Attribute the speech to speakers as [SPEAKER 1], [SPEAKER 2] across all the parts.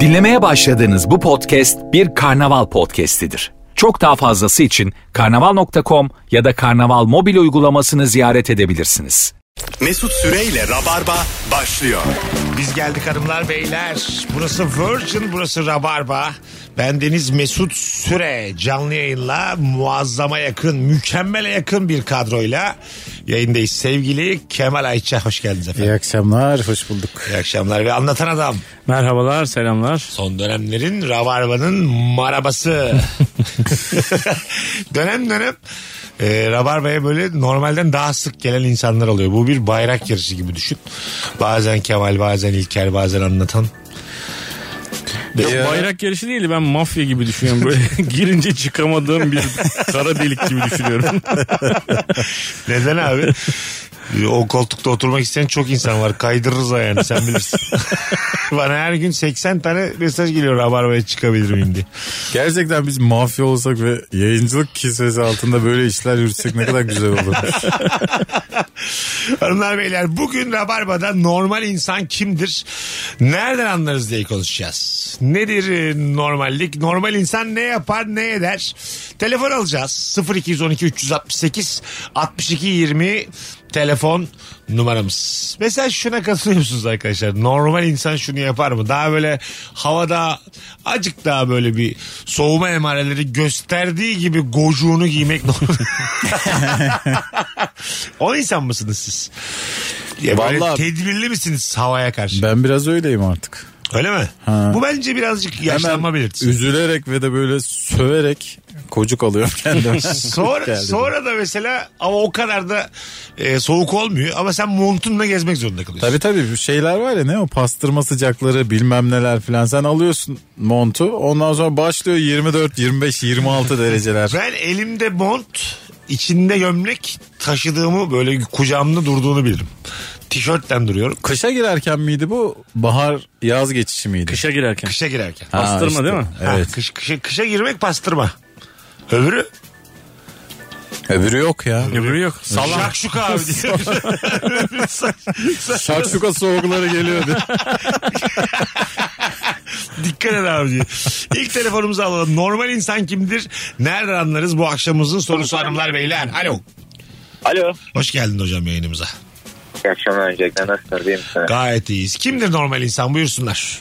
[SPEAKER 1] Dinlemeye başladığınız bu podcast bir karnaval podcastidir. Çok daha fazlası için karnaval.com ya da karnaval mobil uygulamasını ziyaret edebilirsiniz.
[SPEAKER 2] Mesut Süreyle Rabarba başlıyor.
[SPEAKER 3] Biz geldik hanımlar beyler. Burası Virgin, burası Rabarba. Ben Deniz Mesut Süre canlı yayınla muazzama yakın, mükemmele yakın bir kadroyla yayındayız. Sevgili Kemal Ayça hoş geldiniz efendim.
[SPEAKER 4] İyi akşamlar, hoş bulduk.
[SPEAKER 3] İyi akşamlar ve anlatan adam.
[SPEAKER 5] Merhabalar, selamlar.
[SPEAKER 3] Son dönemlerin Rabarba'nın marabası. dönem dönem e, Rabarba'ya böyle normalden daha sık gelen insanlar oluyor. Bu bir bayrak yarışı gibi düşün. Bazen Kemal, bazen İlker, bazen anlatan.
[SPEAKER 5] Yok, bayrak yarışı değil ben mafya gibi düşünüyorum. Böyle girince çıkamadığım bir kara delik gibi düşünüyorum.
[SPEAKER 3] Neden abi? E, O koltukta oturmak isteyen çok insan var. Kaydırırız o yani sen bilirsin. Bana her gün 80 tane mesaj geliyor Rabarba'ya çıkabilir miyim diye.
[SPEAKER 4] Gerçekten biz mafya olsak ve yayıncılık kisvesi altında böyle işler yürütsek ne kadar güzel olur.
[SPEAKER 3] Hanımlar beyler bugün Rabarba'da normal insan kimdir? Nereden anlarız diye konuşacağız. Nedir e, normallik? Normal insan ne yapar ne eder? Telefon alacağız. 0212 368 62 20 telefon numaramız. Mesela şuna katılıyor musunuz arkadaşlar? Normal insan şunu yapar mı? Daha böyle havada acık daha böyle bir soğuma emareleri gösterdiği gibi gocuğunu giymek normal. O insan mısınız siz? Ya böyle
[SPEAKER 4] Vallahi-
[SPEAKER 3] tedbirli misiniz havaya karşı?
[SPEAKER 4] Ben biraz öyleyim artık.
[SPEAKER 3] Öyle mi? Bu bence birazcık yaşlanma
[SPEAKER 4] Hemen
[SPEAKER 3] belirtisi.
[SPEAKER 4] üzülerek ve de böyle söverek kocuk alıyorum kendime.
[SPEAKER 3] Sonra,
[SPEAKER 4] Geldi.
[SPEAKER 3] sonra da mesela ama o kadar da e, soğuk olmuyor ama sen montunla gezmek zorunda kalıyorsun.
[SPEAKER 4] Tabii tabii bu şeyler var ya ne o pastırma sıcakları bilmem neler filan sen alıyorsun montu ondan sonra başlıyor 24 25 26 dereceler.
[SPEAKER 3] Ben elimde mont, içinde gömlek taşıdığımı böyle kucağımda durduğunu bilirim. Tişörtten duruyorum.
[SPEAKER 4] Kışa girerken miydi bu? Bahar yaz geçişi miydi?
[SPEAKER 5] Kışa girerken.
[SPEAKER 3] Kışa girerken.
[SPEAKER 4] Ha,
[SPEAKER 5] Bastırma değil mi?
[SPEAKER 3] Ha,
[SPEAKER 4] Evet.
[SPEAKER 3] kış, kışa, kışa girmek pastırma. Öbürü
[SPEAKER 4] Öbürü yok ya.
[SPEAKER 5] Öbürü yok. Salam.
[SPEAKER 3] şakşuka abi diyor. Öbürü sa- sa-
[SPEAKER 4] Şakşuka soğukları geliyor diye.
[SPEAKER 3] Dikkat et abi diye. İlk telefonumuzu alalım. Normal insan kimdir? Nereden anlarız bu akşamımızın sorusu hanımlar beyler. Alo.
[SPEAKER 6] Alo.
[SPEAKER 3] Hoş geldin hocam yayınımıza.
[SPEAKER 6] İyi akşamlar öncelikle nasılsınız iyi misiniz?
[SPEAKER 3] Gayet iyiyiz. Kimdir normal insan buyursunlar.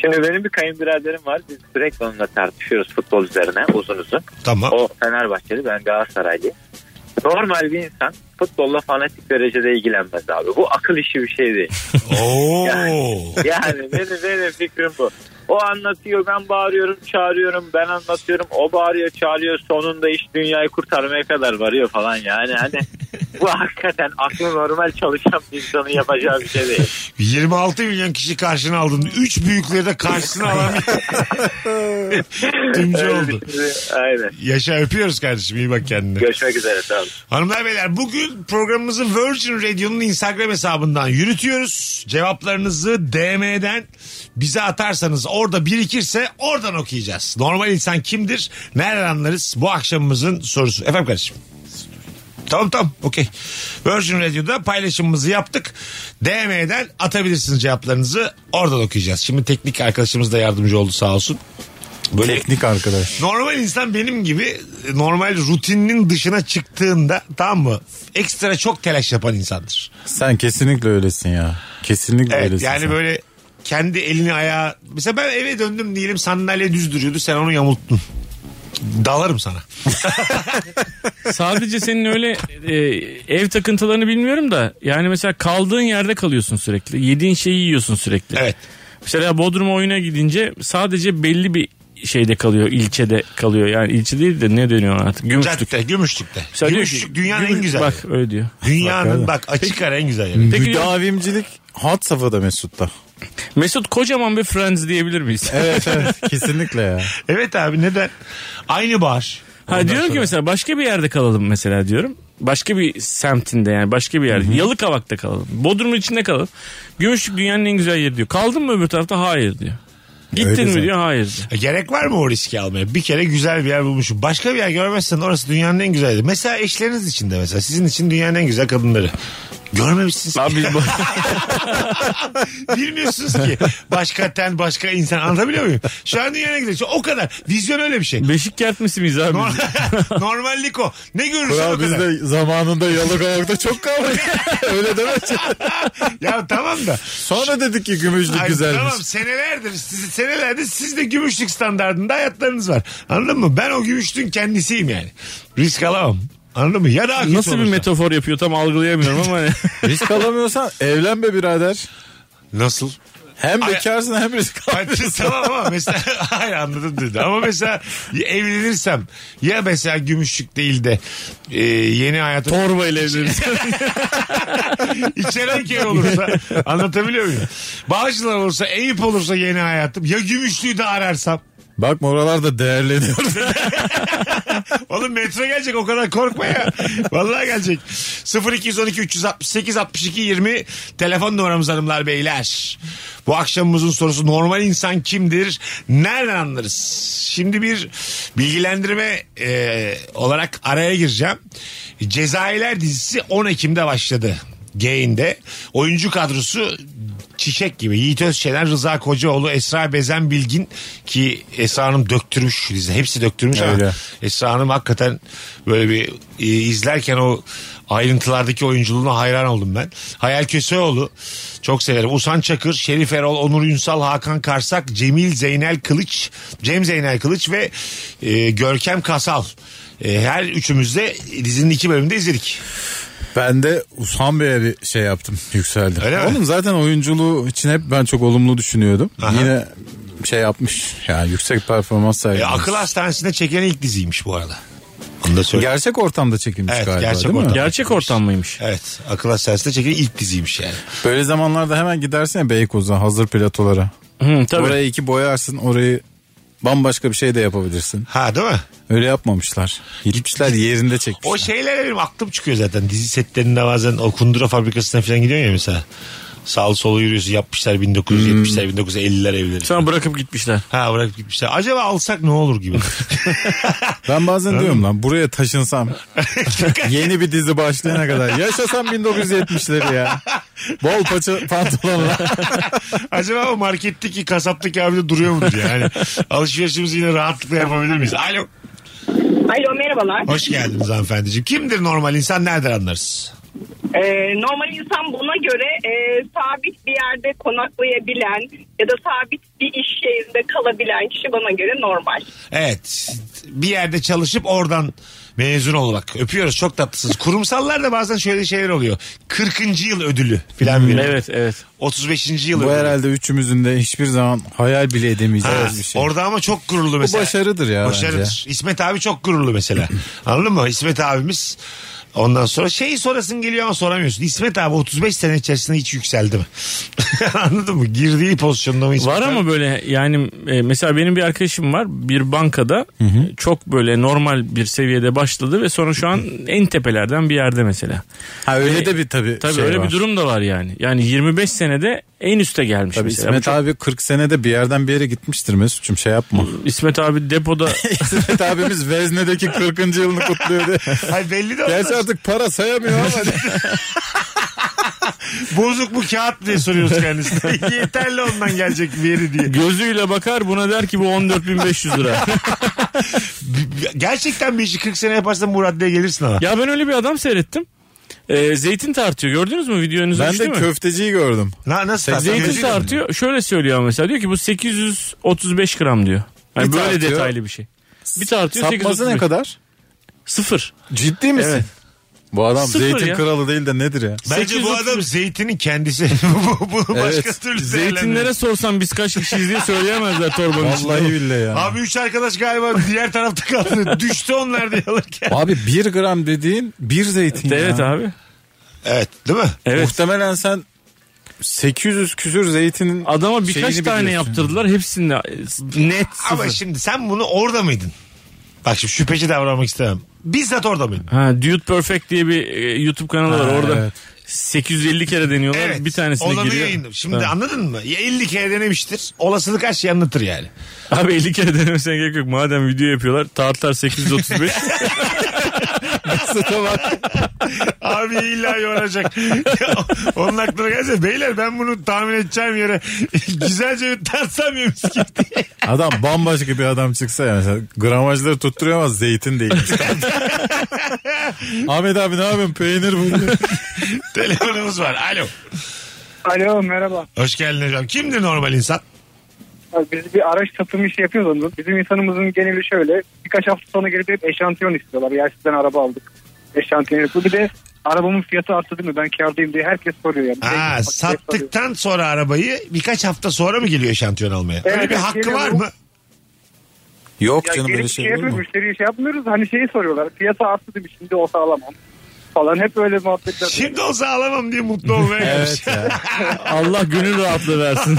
[SPEAKER 6] Şimdi benim bir kayınbiraderim var. Biz sürekli onunla tartışıyoruz futbol üzerine uzun uzun.
[SPEAKER 3] Tamam.
[SPEAKER 6] O Fenerbahçeli ben Galatasaraylı. Normal bir insan futbolla fanatik derecede ilgilenmez abi. Bu akıl işi bir şey değil. Oh.
[SPEAKER 3] Oo.
[SPEAKER 6] Yani benim, benim fikrim bu. O anlatıyor ben bağırıyorum çağırıyorum ben anlatıyorum o bağırıyor çağırıyor sonunda iş dünyayı kurtarmaya kadar varıyor falan yani hani bu hakikaten aklı normal çalışan bir insanın yapacağı bir şey değil.
[SPEAKER 3] 26 milyon kişi karşına aldın. 3 büyükleri de karşısına alan bir- tümcü
[SPEAKER 6] Öyle
[SPEAKER 3] oldu.
[SPEAKER 6] bir şey- Aynen.
[SPEAKER 3] Yaşa öpüyoruz kardeşim. İyi bak kendine.
[SPEAKER 6] Görüşmek üzere. Tamam.
[SPEAKER 3] Hanımlar beyler bugün programımızı Virgin Radio'nun Instagram hesabından yürütüyoruz. Cevaplarınızı DM'den bize atarsanız orada birikirse oradan okuyacağız. Normal insan kimdir? Nereden anlarız? Bu akşamımızın sorusu. Efendim kardeşim. Tamam tamam okey. Virgin Radio'da paylaşımımızı yaptık. DM'den atabilirsiniz cevaplarınızı. Oradan okuyacağız. Şimdi teknik arkadaşımız da yardımcı oldu sağ olsun. Böyle
[SPEAKER 4] Teknik arkadaş.
[SPEAKER 3] Normal insan benim gibi e, normal rutinin dışına çıktığında tamam mı? Ekstra çok telaş yapan insandır.
[SPEAKER 4] Sen kesinlikle öylesin ya. Kesinlikle
[SPEAKER 3] Evet
[SPEAKER 4] öylesin.
[SPEAKER 3] yani
[SPEAKER 4] sen.
[SPEAKER 3] böyle kendi elini ayağı mesela ben eve döndüm diyelim sandalye düz duruyordu sen onu yamulttun. Dalarım sana.
[SPEAKER 5] Sadece senin öyle e, ev takıntılarını bilmiyorum da yani mesela kaldığın yerde kalıyorsun sürekli. Yediğin şeyi yiyorsun sürekli.
[SPEAKER 3] Evet.
[SPEAKER 5] Mesela Bodrum oyuna gidince sadece belli bir şeyde kalıyor, ilçede kalıyor. Yani ilçe değil de ne deniyor ona artık? Gümüşlük.
[SPEAKER 3] Cadde, gümüşlükte.
[SPEAKER 5] Mesela diyor ki,
[SPEAKER 3] Gümüşlük dünyanın
[SPEAKER 5] Gümüş-
[SPEAKER 3] en güzel.
[SPEAKER 5] Bak
[SPEAKER 3] yeri.
[SPEAKER 5] öyle diyor.
[SPEAKER 3] Dünyanın bak açık ara en güzel yeri.
[SPEAKER 5] Peki-
[SPEAKER 4] Müdavimcilik hat safhada Mesut'ta.
[SPEAKER 5] Mesut kocaman bir Friends diyebilir miyiz?
[SPEAKER 4] Evet evet kesinlikle ya.
[SPEAKER 3] Evet abi neden? Aynı bahar.
[SPEAKER 5] Ha diyorum ki mesela başka bir yerde kalalım mesela diyorum. Başka bir semtinde yani başka bir yerde. Yalıkavak'ta kalalım. Bodrum'un içinde kalalım. Gümüşlük dünyanın en güzel yeri diyor. Kaldın mı öbür tarafta? Hayır diyor. Gittin
[SPEAKER 4] Öyle
[SPEAKER 5] mi
[SPEAKER 4] zaten.
[SPEAKER 5] diyor? Hayır diyor.
[SPEAKER 3] E, Gerek var mı o riski almaya? Bir kere güzel bir yer bulmuşum. Başka bir yer görmezsen orası dünyanın en güzeli. Mesela eşleriniz için de mesela. Sizin için dünyanın en güzel kadınları. Görmemişsiniz ki.
[SPEAKER 5] Abi biz bu-
[SPEAKER 3] Bilmiyorsunuz ki. Başka ten başka insan anlatabiliyor muyum? Şu an dünyana gidiyor. O kadar. Vizyon öyle bir şey.
[SPEAKER 5] beşik kertmesi miyiz abi?
[SPEAKER 3] Nor-
[SPEAKER 5] biz?
[SPEAKER 3] Normallik o. Ne görürsen o
[SPEAKER 4] Kral biz
[SPEAKER 3] kadar.
[SPEAKER 4] de zamanında yalık ayakta çok kaldık. Öyle deme.
[SPEAKER 3] Ya tamam da.
[SPEAKER 4] Sonra dedik ki gümüşlük
[SPEAKER 3] Ay,
[SPEAKER 4] güzelmiş.
[SPEAKER 3] Tamam senelerdir siz, senelerdir siz de gümüşlük standartında hayatlarınız var. Anladın mı? Ben o gümüşlüğün kendisiyim yani. Risk alamam. Anladın mı? Ya da akit
[SPEAKER 5] Nasıl bir
[SPEAKER 3] olursa.
[SPEAKER 5] metafor yapıyor tam algılayamıyorum ama. hani.
[SPEAKER 4] Risk alamıyorsan evlen be birader.
[SPEAKER 3] Nasıl?
[SPEAKER 4] Hem
[SPEAKER 3] Ay-
[SPEAKER 4] bekarsın hem risk al.
[SPEAKER 3] Ay, tamam ama mesela hayır anladım dedi. Ama mesela evlenirsem ya mesela gümüşlük değil de e, yeni hayata
[SPEAKER 5] Torba ile evleniriz.
[SPEAKER 3] içeren kere olursa anlatabiliyor muyum? Bağcılar olursa Eyüp olursa yeni hayatım ya gümüşlüğü de ararsam.
[SPEAKER 4] Bak oralarda değerleniyor.
[SPEAKER 3] Oğlum metro gelecek o kadar korkma ya. Vallahi gelecek. 0212 368 62 20 telefon numaramız hanımlar beyler. Bu akşamımızın sorusu normal insan kimdir? Nereden anlarız? Şimdi bir bilgilendirme e, olarak araya gireceğim. Cezayirler dizisi 10 Ekim'de başladı. Gain'de. Oyuncu kadrosu çiçek gibi. Yiğit Özçener, Rıza Kocaoğlu, Esra Bezen Bilgin ki Esra Hanım döktürmüş dizi. Hepsi döktürmüş ama
[SPEAKER 4] Öyle.
[SPEAKER 3] Esra Hanım hakikaten böyle bir e, izlerken o ayrıntılardaki oyunculuğuna hayran oldum ben. Hayal Köseoğlu çok severim. Usan Çakır, Şerif Erol, Onur Ünsal, Hakan Karsak, Cemil Zeynel Kılıç, Cem Zeynel Kılıç ve e, Görkem Kasal. E, her üçümüz de dizinin iki bölümünde izledik.
[SPEAKER 4] Ben de Ushan Bey'e bir şey yaptım. Yükseldim.
[SPEAKER 3] Öyle mi?
[SPEAKER 4] Oğlum zaten oyunculuğu için hep ben çok olumlu düşünüyordum.
[SPEAKER 3] Aha.
[SPEAKER 4] Yine şey yapmış. Yani yüksek performans
[SPEAKER 3] E,
[SPEAKER 4] sergilemiş.
[SPEAKER 3] akıl hastanesinde çeken ilk diziymiş bu arada. Onu da söyle.
[SPEAKER 4] Gerçek ortamda çekilmiş
[SPEAKER 3] Evet,
[SPEAKER 4] galiba
[SPEAKER 3] gerçek
[SPEAKER 4] değil mi?
[SPEAKER 3] ortam.
[SPEAKER 5] Gerçek ortam mıymış?
[SPEAKER 3] Evet. Akıl hastanesinde çeken ilk diziymiş yani.
[SPEAKER 4] Böyle zamanlarda hemen gidersin ya Beykoz'a hazır platolara.
[SPEAKER 5] Hı, tabii.
[SPEAKER 4] Orayı iki boyarsın orayı bambaşka bir şey de yapabilirsin.
[SPEAKER 3] Ha değil mi?
[SPEAKER 4] Öyle yapmamışlar. Gitmişler yerinde çekmişler.
[SPEAKER 3] O şeyler benim aklım çıkıyor zaten. Dizi setlerinde bazen o kundura fabrikasına falan gidiyorsun ya mesela. Sağlı solu yürüyorsun. Yapmışlar 1970'ler 1950'ler evleri.
[SPEAKER 5] Sonra bırakıp gitmişler.
[SPEAKER 3] Ha bırakıp gitmişler. Acaba alsak ne olur gibi.
[SPEAKER 4] Ben bazen diyorum lan buraya taşınsam yeni bir dizi başlayana kadar yaşasam 1970'leri ya. Bol paça pantolonla.
[SPEAKER 3] Acaba o marketteki kasaptaki abi de duruyor mu diye. Yani alışverişimizi yine rahatlıkla yapabilir miyiz? Alo.
[SPEAKER 7] Alo merhabalar.
[SPEAKER 3] Hoş geldiniz hanımefendiciğim. Kimdir normal insan nereden anlarız?
[SPEAKER 7] Ee, normal insan buna göre e, sabit bir yerde konaklayabilen ya da sabit bir iş yerinde kalabilen kişi bana göre normal.
[SPEAKER 3] Evet. Bir yerde çalışıp oradan mezun olmak. Öpüyoruz çok tatlısınız. Kurumsallarda bazen şöyle şeyler oluyor. 40. yıl ödülü filan veriyor.
[SPEAKER 5] Evet evet.
[SPEAKER 3] 35. yıl
[SPEAKER 4] Bu
[SPEAKER 3] ödülü.
[SPEAKER 4] herhalde üçümüzün de hiçbir zaman hayal bile
[SPEAKER 3] Ha,
[SPEAKER 4] edemeyeceğiz bir şey.
[SPEAKER 3] Orada ama çok gururlu
[SPEAKER 4] Bu
[SPEAKER 3] mesela.
[SPEAKER 4] başarıdır ya bence.
[SPEAKER 3] Başarıdır. İsmet abi çok gururlu mesela. Anladın mı? İsmet abimiz ondan sonra şey sorasın geliyor ama soramıyorsun. İsmet abi 35 sene içerisinde hiç yükseldi mi? Anladın mı? Girdiği pozisyonda mı İsmet
[SPEAKER 5] Var
[SPEAKER 3] abi?
[SPEAKER 5] ama böyle yani e, mesela benim bir arkadaşım var bir bankada e, çok böyle normal bir seviyede başladı ve sonra şu an en tepelerden bir yerde mesela.
[SPEAKER 4] Ha öyle de bir tabii,
[SPEAKER 5] Tabii
[SPEAKER 4] şey
[SPEAKER 5] öyle
[SPEAKER 4] var.
[SPEAKER 5] bir durum da var yani. Yani 25 senede en üste gelmiş
[SPEAKER 4] Tabii
[SPEAKER 5] mesela.
[SPEAKER 4] İsmet
[SPEAKER 5] Bu çok-
[SPEAKER 4] abi 40 senede bir yerden bir yere gitmiştir Mesut'cum şey yapma.
[SPEAKER 5] İsmet abi depoda
[SPEAKER 4] İsmet abimiz Vezne'deki 40. yılını kutluyor diye.
[SPEAKER 3] Hayır belli de
[SPEAKER 4] Gerçi
[SPEAKER 3] olmaz.
[SPEAKER 4] artık para sayamıyor ama.
[SPEAKER 3] Bozuk bu kağıt diye soruyoruz kendisine. Yeterli ondan gelecek veri diye.
[SPEAKER 5] gözüyle bakar buna der ki bu 14.500 lira.
[SPEAKER 3] Gerçekten bir işi 40 sene yaparsan bu raddeye gelirsin ama.
[SPEAKER 5] ya ben öyle bir adam seyrettim. E, zeytin tartıyor gördünüz mü videonuzu
[SPEAKER 4] ben
[SPEAKER 5] düştü
[SPEAKER 4] de
[SPEAKER 5] mü?
[SPEAKER 4] köfteciyi gördüm.
[SPEAKER 3] Na, nasıl? tartıyor?
[SPEAKER 5] Zeytin
[SPEAKER 3] Gözüyle mi?
[SPEAKER 5] tartıyor. Şöyle söylüyor ama mesela diyor ki bu 835 gram diyor. Yani
[SPEAKER 4] Bir
[SPEAKER 5] böyle
[SPEAKER 4] tartıyor.
[SPEAKER 5] detaylı bir şey. Bir tartıyor
[SPEAKER 4] Sapması ne
[SPEAKER 5] 835.
[SPEAKER 4] kadar?
[SPEAKER 5] Sıfır.
[SPEAKER 4] Ciddi misin?
[SPEAKER 5] Evet.
[SPEAKER 4] Bu adam
[SPEAKER 5] Sıfır
[SPEAKER 4] zeytin
[SPEAKER 5] ya.
[SPEAKER 4] kralı değil de nedir ya?
[SPEAKER 3] Bence bu
[SPEAKER 5] 830.
[SPEAKER 3] adam zeytinin kendisi. Bu- Bunu başka
[SPEAKER 4] Evet.
[SPEAKER 3] türlü değerlendiremez.
[SPEAKER 5] Zeytinlere sorsan biz kaç kişiyiz diye söyleyemezler torbanın içinde.
[SPEAKER 4] Vallahi billahi ya. Abi,
[SPEAKER 3] Abi üç arkadaş galiba diğer tarafta kaldı. Düştü onlar diye alırken.
[SPEAKER 4] bir gram dediğin bir zeytin
[SPEAKER 5] Evet
[SPEAKER 4] ya.
[SPEAKER 5] abi.
[SPEAKER 3] Evet değil mi?
[SPEAKER 5] Evet.
[SPEAKER 4] Muhtemelen sen 800 küsür zeytinin
[SPEAKER 5] Adama birkaç
[SPEAKER 4] şeyini
[SPEAKER 5] tane
[SPEAKER 4] biliyorsun.
[SPEAKER 5] yaptırdılar. Hepsinde e, net
[SPEAKER 3] Ama
[SPEAKER 5] sıfır.
[SPEAKER 3] şimdi sen bunu orada mıydın? Bak şimdi şüpheci davranmak istemem. Bizzat orada mıydın?
[SPEAKER 5] Ha, Dude Perfect diye bir e, YouTube kanalı var
[SPEAKER 4] Ha,
[SPEAKER 5] orada.
[SPEAKER 4] evet.
[SPEAKER 5] 850 kere deniyorlar.
[SPEAKER 3] Evet.
[SPEAKER 5] Bir tanesine
[SPEAKER 3] Olanı
[SPEAKER 5] giriyor.
[SPEAKER 3] yayınladım. Şimdi
[SPEAKER 5] Tamam.
[SPEAKER 3] anladın mı? Ya 50 kere denemiştir. Olasılık her şeyi anlatır yani.
[SPEAKER 5] Abi 50 kere denemesine gerek yok. Madem video yapıyorlar tartlar 835.
[SPEAKER 4] Maksata bak.
[SPEAKER 3] Abi illa yoracak. Onun aklına gelse beyler ben bunu tahmin edeceğim yere güzelce bir tartsam yemiş gitti.
[SPEAKER 4] Adam bambaşka bir adam çıksa ya mesela gramajları tutturuyor ama zeytin değil. Ahmet abi ne yapıyorsun peynir bu.
[SPEAKER 3] Telefonumuz var. Alo.
[SPEAKER 8] Alo merhaba.
[SPEAKER 3] Hoş geldin hocam. Kimdir normal insan?
[SPEAKER 8] Abi Biz bir araç satım işi yapıyoruz onu. Bizim insanımızın geneli şöyle. Birkaç hafta sonra gelip hep eşantiyon istiyorlar. Ya sizden araba aldık. Eşantiyon yapıyor. Bir de arabamın fiyatı arttı değil mi? Ben kârdayım diye herkes soruyor yani.
[SPEAKER 3] Aa,
[SPEAKER 8] Herkes soruyor.
[SPEAKER 3] sattıktan sonra arabayı birkaç hafta sonra mı geliyor şantiyon almaya?
[SPEAKER 8] Evet,
[SPEAKER 3] Öyle bir hakkı
[SPEAKER 8] geliyor.
[SPEAKER 3] var mı?
[SPEAKER 4] Yok
[SPEAKER 8] Ya
[SPEAKER 4] canım
[SPEAKER 8] gelip
[SPEAKER 4] böyle
[SPEAKER 8] şey
[SPEAKER 4] şey olur
[SPEAKER 8] yapıyoruz,
[SPEAKER 4] mu?
[SPEAKER 8] Müşteriye şey yapmıyoruz. Hani şeyi soruyorlar. Fiyatı arttı değil mi? Şimdi olsa alamam. Falan hep öyle muhabbetler.
[SPEAKER 3] Şimdi olsa alamam diye mutlu olmaya gelmiş.
[SPEAKER 4] Evet ya.
[SPEAKER 5] Allah gönül rahatlığı versin.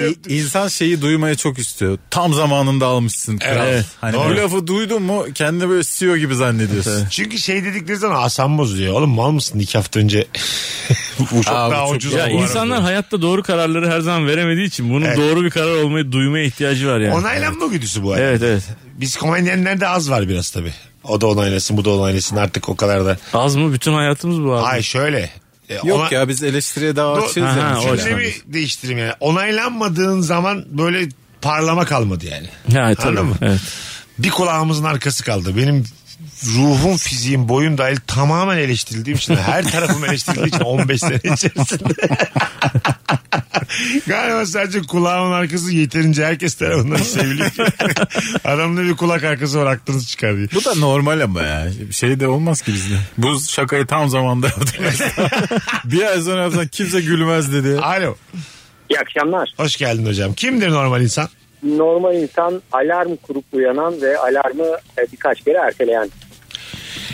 [SPEAKER 4] İ- İnsan şeyi duymaya çok istiyor. Tam zamanında almışsın kral.
[SPEAKER 3] Evet.
[SPEAKER 4] Hani
[SPEAKER 3] Doğru.
[SPEAKER 4] bu lafı duydun mu kendini böyle CEO gibi zannediyorsun.
[SPEAKER 3] Çünkü şey dedikleri zaman asam bozuluyor. Oğlum mal mısın iki hafta önce? bu çok
[SPEAKER 4] Aa, bu
[SPEAKER 3] daha
[SPEAKER 4] çok-
[SPEAKER 3] ucuz.
[SPEAKER 5] ya
[SPEAKER 3] bu
[SPEAKER 5] insanlar
[SPEAKER 3] arada.
[SPEAKER 5] hayatta doğru kararları her zaman veremediği için bunun doğru bir karar olmayı duymaya ihtiyacı var yani.
[SPEAKER 3] Onaylanma güdüsü bu. Evet.
[SPEAKER 5] Evet evet.
[SPEAKER 3] Biz komedyenlerde az var biraz tabii. O da onaylasın bu da onaylasın artık o kadar da.
[SPEAKER 5] Az mı? Bütün hayatımız bu abi.
[SPEAKER 3] Ay şöyle. E,
[SPEAKER 4] Yok
[SPEAKER 3] ona-
[SPEAKER 4] ya biz eleştiriye daha
[SPEAKER 3] Do-
[SPEAKER 4] açığız
[SPEAKER 5] Aha,
[SPEAKER 4] yani.
[SPEAKER 5] o
[SPEAKER 4] Çünkü-
[SPEAKER 5] yüzden.
[SPEAKER 3] Cümlemi değiştireyim yani. Onaylanmadığın zaman böyle parlama kalmadı yani.
[SPEAKER 5] Ya, tabii.
[SPEAKER 3] Anladın mı?
[SPEAKER 5] Evet.
[SPEAKER 3] Bir kulağımızın arkası kaldı. Benim ruhum, fiziğim, boyum dahil tamamen eleştirildiğim için her tarafım eleştirildiği için 15 sene içerisinde. Galiba sadece kulağımın arkası yeterince herkes tarafından seviliyor. Adamda bir kulak arkası var aklınız çıkar diye.
[SPEAKER 4] Bu da normal ama ya. Şey de olmaz ki bizde. Bu şakayı tam zamanda yaptınız. bir ay sonra yapsan kimse gülmez dedi.
[SPEAKER 3] Alo.
[SPEAKER 6] İyi akşamlar.
[SPEAKER 3] Hoş geldin hocam. Kimdir normal insan?
[SPEAKER 6] Normal insan alarm kurup uyanan ve alarmı e, birkaç kere erteleyen.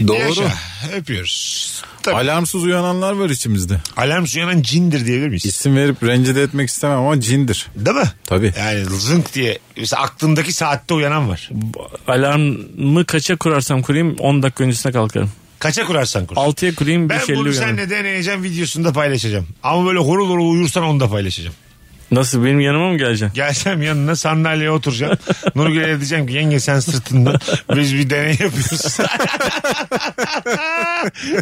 [SPEAKER 4] Doğru.
[SPEAKER 3] Yaşa. Öpüyoruz. Tabii.
[SPEAKER 4] Alarmsız uyananlar var içimizde.
[SPEAKER 3] Alarm suyanan cindir diyebilir miyiz?
[SPEAKER 4] İsim verip rencide etmek istemem ama cindir.
[SPEAKER 3] Değil mi?
[SPEAKER 4] Tabii.
[SPEAKER 3] Yani zınk diye mesela aklındaki saatte uyanan var.
[SPEAKER 5] Alarmı kaça kurarsam kurayım 10 dakika öncesine kalkarım.
[SPEAKER 3] Kaça kurarsan kur.
[SPEAKER 5] 6'ya kurayım
[SPEAKER 3] ben
[SPEAKER 5] 5.50
[SPEAKER 3] bunu
[SPEAKER 5] uyanırım.
[SPEAKER 3] seninle deneyeceğim videosunu da paylaşacağım. Ama böyle horul horul uyursan onu da paylaşacağım.
[SPEAKER 5] Nasıl benim yanıma mı geleceksin?
[SPEAKER 3] Gelsem yanına sandalyeye oturacağım. Nurgül'e de diyeceğim ki yenge sen sırtından biz bir deney yapıyoruz.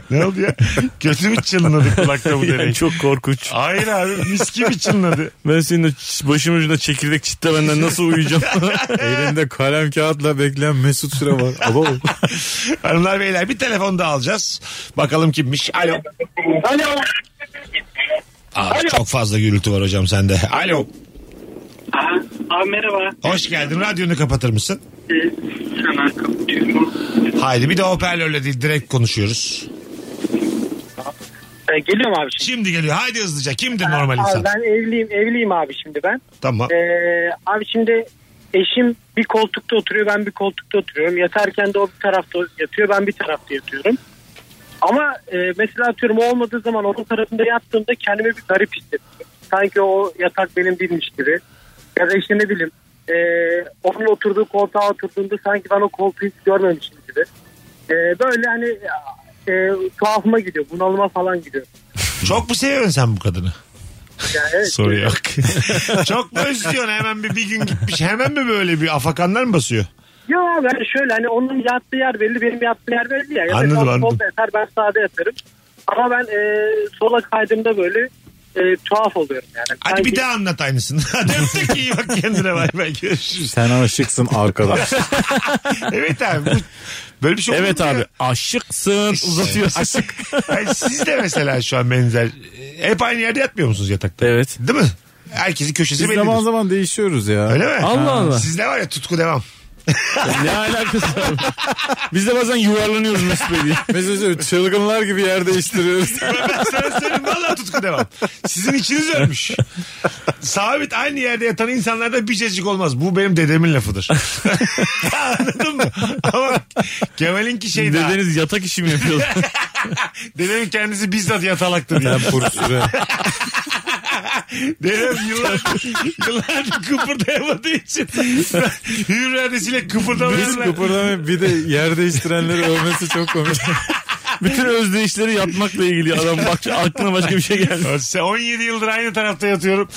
[SPEAKER 3] ne oldu ya? Kötü mü çınladı kulakta bu deney?
[SPEAKER 5] Yani çok korkunç.
[SPEAKER 3] Hayır abi mis gibi çınladı.
[SPEAKER 5] Ben senin o ç- başımın ucunda çekirdek çitle benden nasıl uyuyacağım?
[SPEAKER 4] Elinde kalem kağıtla bekleyen Mesut Süre var. Abo.
[SPEAKER 3] Hanımlar beyler bir telefon daha alacağız. Bakalım kimmiş. Alo.
[SPEAKER 6] Alo.
[SPEAKER 3] Aa, Çok fazla gürültü var hocam sende. Alo.
[SPEAKER 8] Abi merhaba.
[SPEAKER 3] Hoş geldin. Radyonu kapatır mısın?
[SPEAKER 8] Hemen kapatıyorum.
[SPEAKER 3] Haydi bir de hoparlörle değil direkt konuşuyoruz.
[SPEAKER 6] geliyor mu abi
[SPEAKER 3] Şimdi geliyor. Haydi hızlıca. Kimdir normal insan?
[SPEAKER 6] Abi ben evliyim, evliyim abi şimdi ben.
[SPEAKER 3] Tamam.
[SPEAKER 6] Ee, abi şimdi eşim bir koltukta oturuyor, ben bir koltukta oturuyorum. Yatarken de o bir tarafta yatıyor, ben bir tarafta yatıyorum. Ama e, mesela atıyorum o olmadığı zaman onun tarafında yattığımda kendimi bir garip hissediyorum. Sanki o yatak benim değilmiş gibi. Ya da işte ne bileyim e, onun oturduğu koltuğa oturduğumda sanki ben o koltuğu hiç görmemişim gibi. E, böyle hani e, tuhafıma gidiyor, bunalıma falan gidiyor.
[SPEAKER 3] Çok mu seviyorsun sen bu kadını?
[SPEAKER 6] Yani evet,
[SPEAKER 3] Soru yok. Çok mu özlüyorsun hemen bir, bir gün gitmiş. Hemen mi böyle bir afakanlar mı basıyor?
[SPEAKER 6] Ya ben şöyle hani onun yattığı yer belli benim yattığım yer belli ya. Ya da
[SPEAKER 3] Anladım,
[SPEAKER 6] şu an
[SPEAKER 3] anladım.
[SPEAKER 6] Solda yatar ben sağda yatarım. Ama ben e, sola kaydığımda böyle e, tuhaf oluyorum yani.
[SPEAKER 3] Hadi bir daha anlat aynısını. Hadi öptük iyi bak kendine bay bay görüşürüz.
[SPEAKER 4] Sen aşıksın arkadaş.
[SPEAKER 3] Evet abi bu, böyle bir şey olur
[SPEAKER 5] evet
[SPEAKER 3] mu ya?
[SPEAKER 5] abi aşıksın uzatıyorsun. Aşık.
[SPEAKER 3] Ay, siz de mesela şu an benzer. e, Hep aynı yerde yatmıyor musunuz yatakta?
[SPEAKER 5] Evet.
[SPEAKER 3] Değil mi? Herkesin köşesi
[SPEAKER 4] Biz
[SPEAKER 3] bellidir.
[SPEAKER 4] zaman zaman değişiyoruz ya.
[SPEAKER 3] Öyle mi?
[SPEAKER 5] Allah Allah.
[SPEAKER 3] Sizde var ya tutku devam.
[SPEAKER 5] ne alakası var? Biz de bazen yuvarlanıyoruz Mesut Bey diye.
[SPEAKER 4] Mesut Süre çılgınlar gibi yer değiştiriyoruz.
[SPEAKER 3] Ben sana söyleyeyim valla tutku devam. Sizin içiniz ölmüş. Sabit aynı yerde yatan insanlarda bir cacık olmaz. Bu benim dedemin lafıdır. Anladın mı? Ama Kemal'inki şey daha.
[SPEAKER 5] Dedeniz yatak işi mi yapıyor?
[SPEAKER 3] Dedemin kendisi bizzat yatalaktı diyor.
[SPEAKER 4] Sen pur süre.
[SPEAKER 3] Dedem yıllardır, yıllardır kıpırdayamadığı için hür iradesiyle
[SPEAKER 4] Biz
[SPEAKER 3] kıpırdamayanlar.
[SPEAKER 4] kıpırdamayıp bir de yer değiştirenleri övmesi çok komik.
[SPEAKER 5] Bütün özdeyişleri yatmakla ilgili adam bak aklına başka bir şey gelmiyor.
[SPEAKER 3] Sen 17 yıldır aynı tarafta yatıyorum.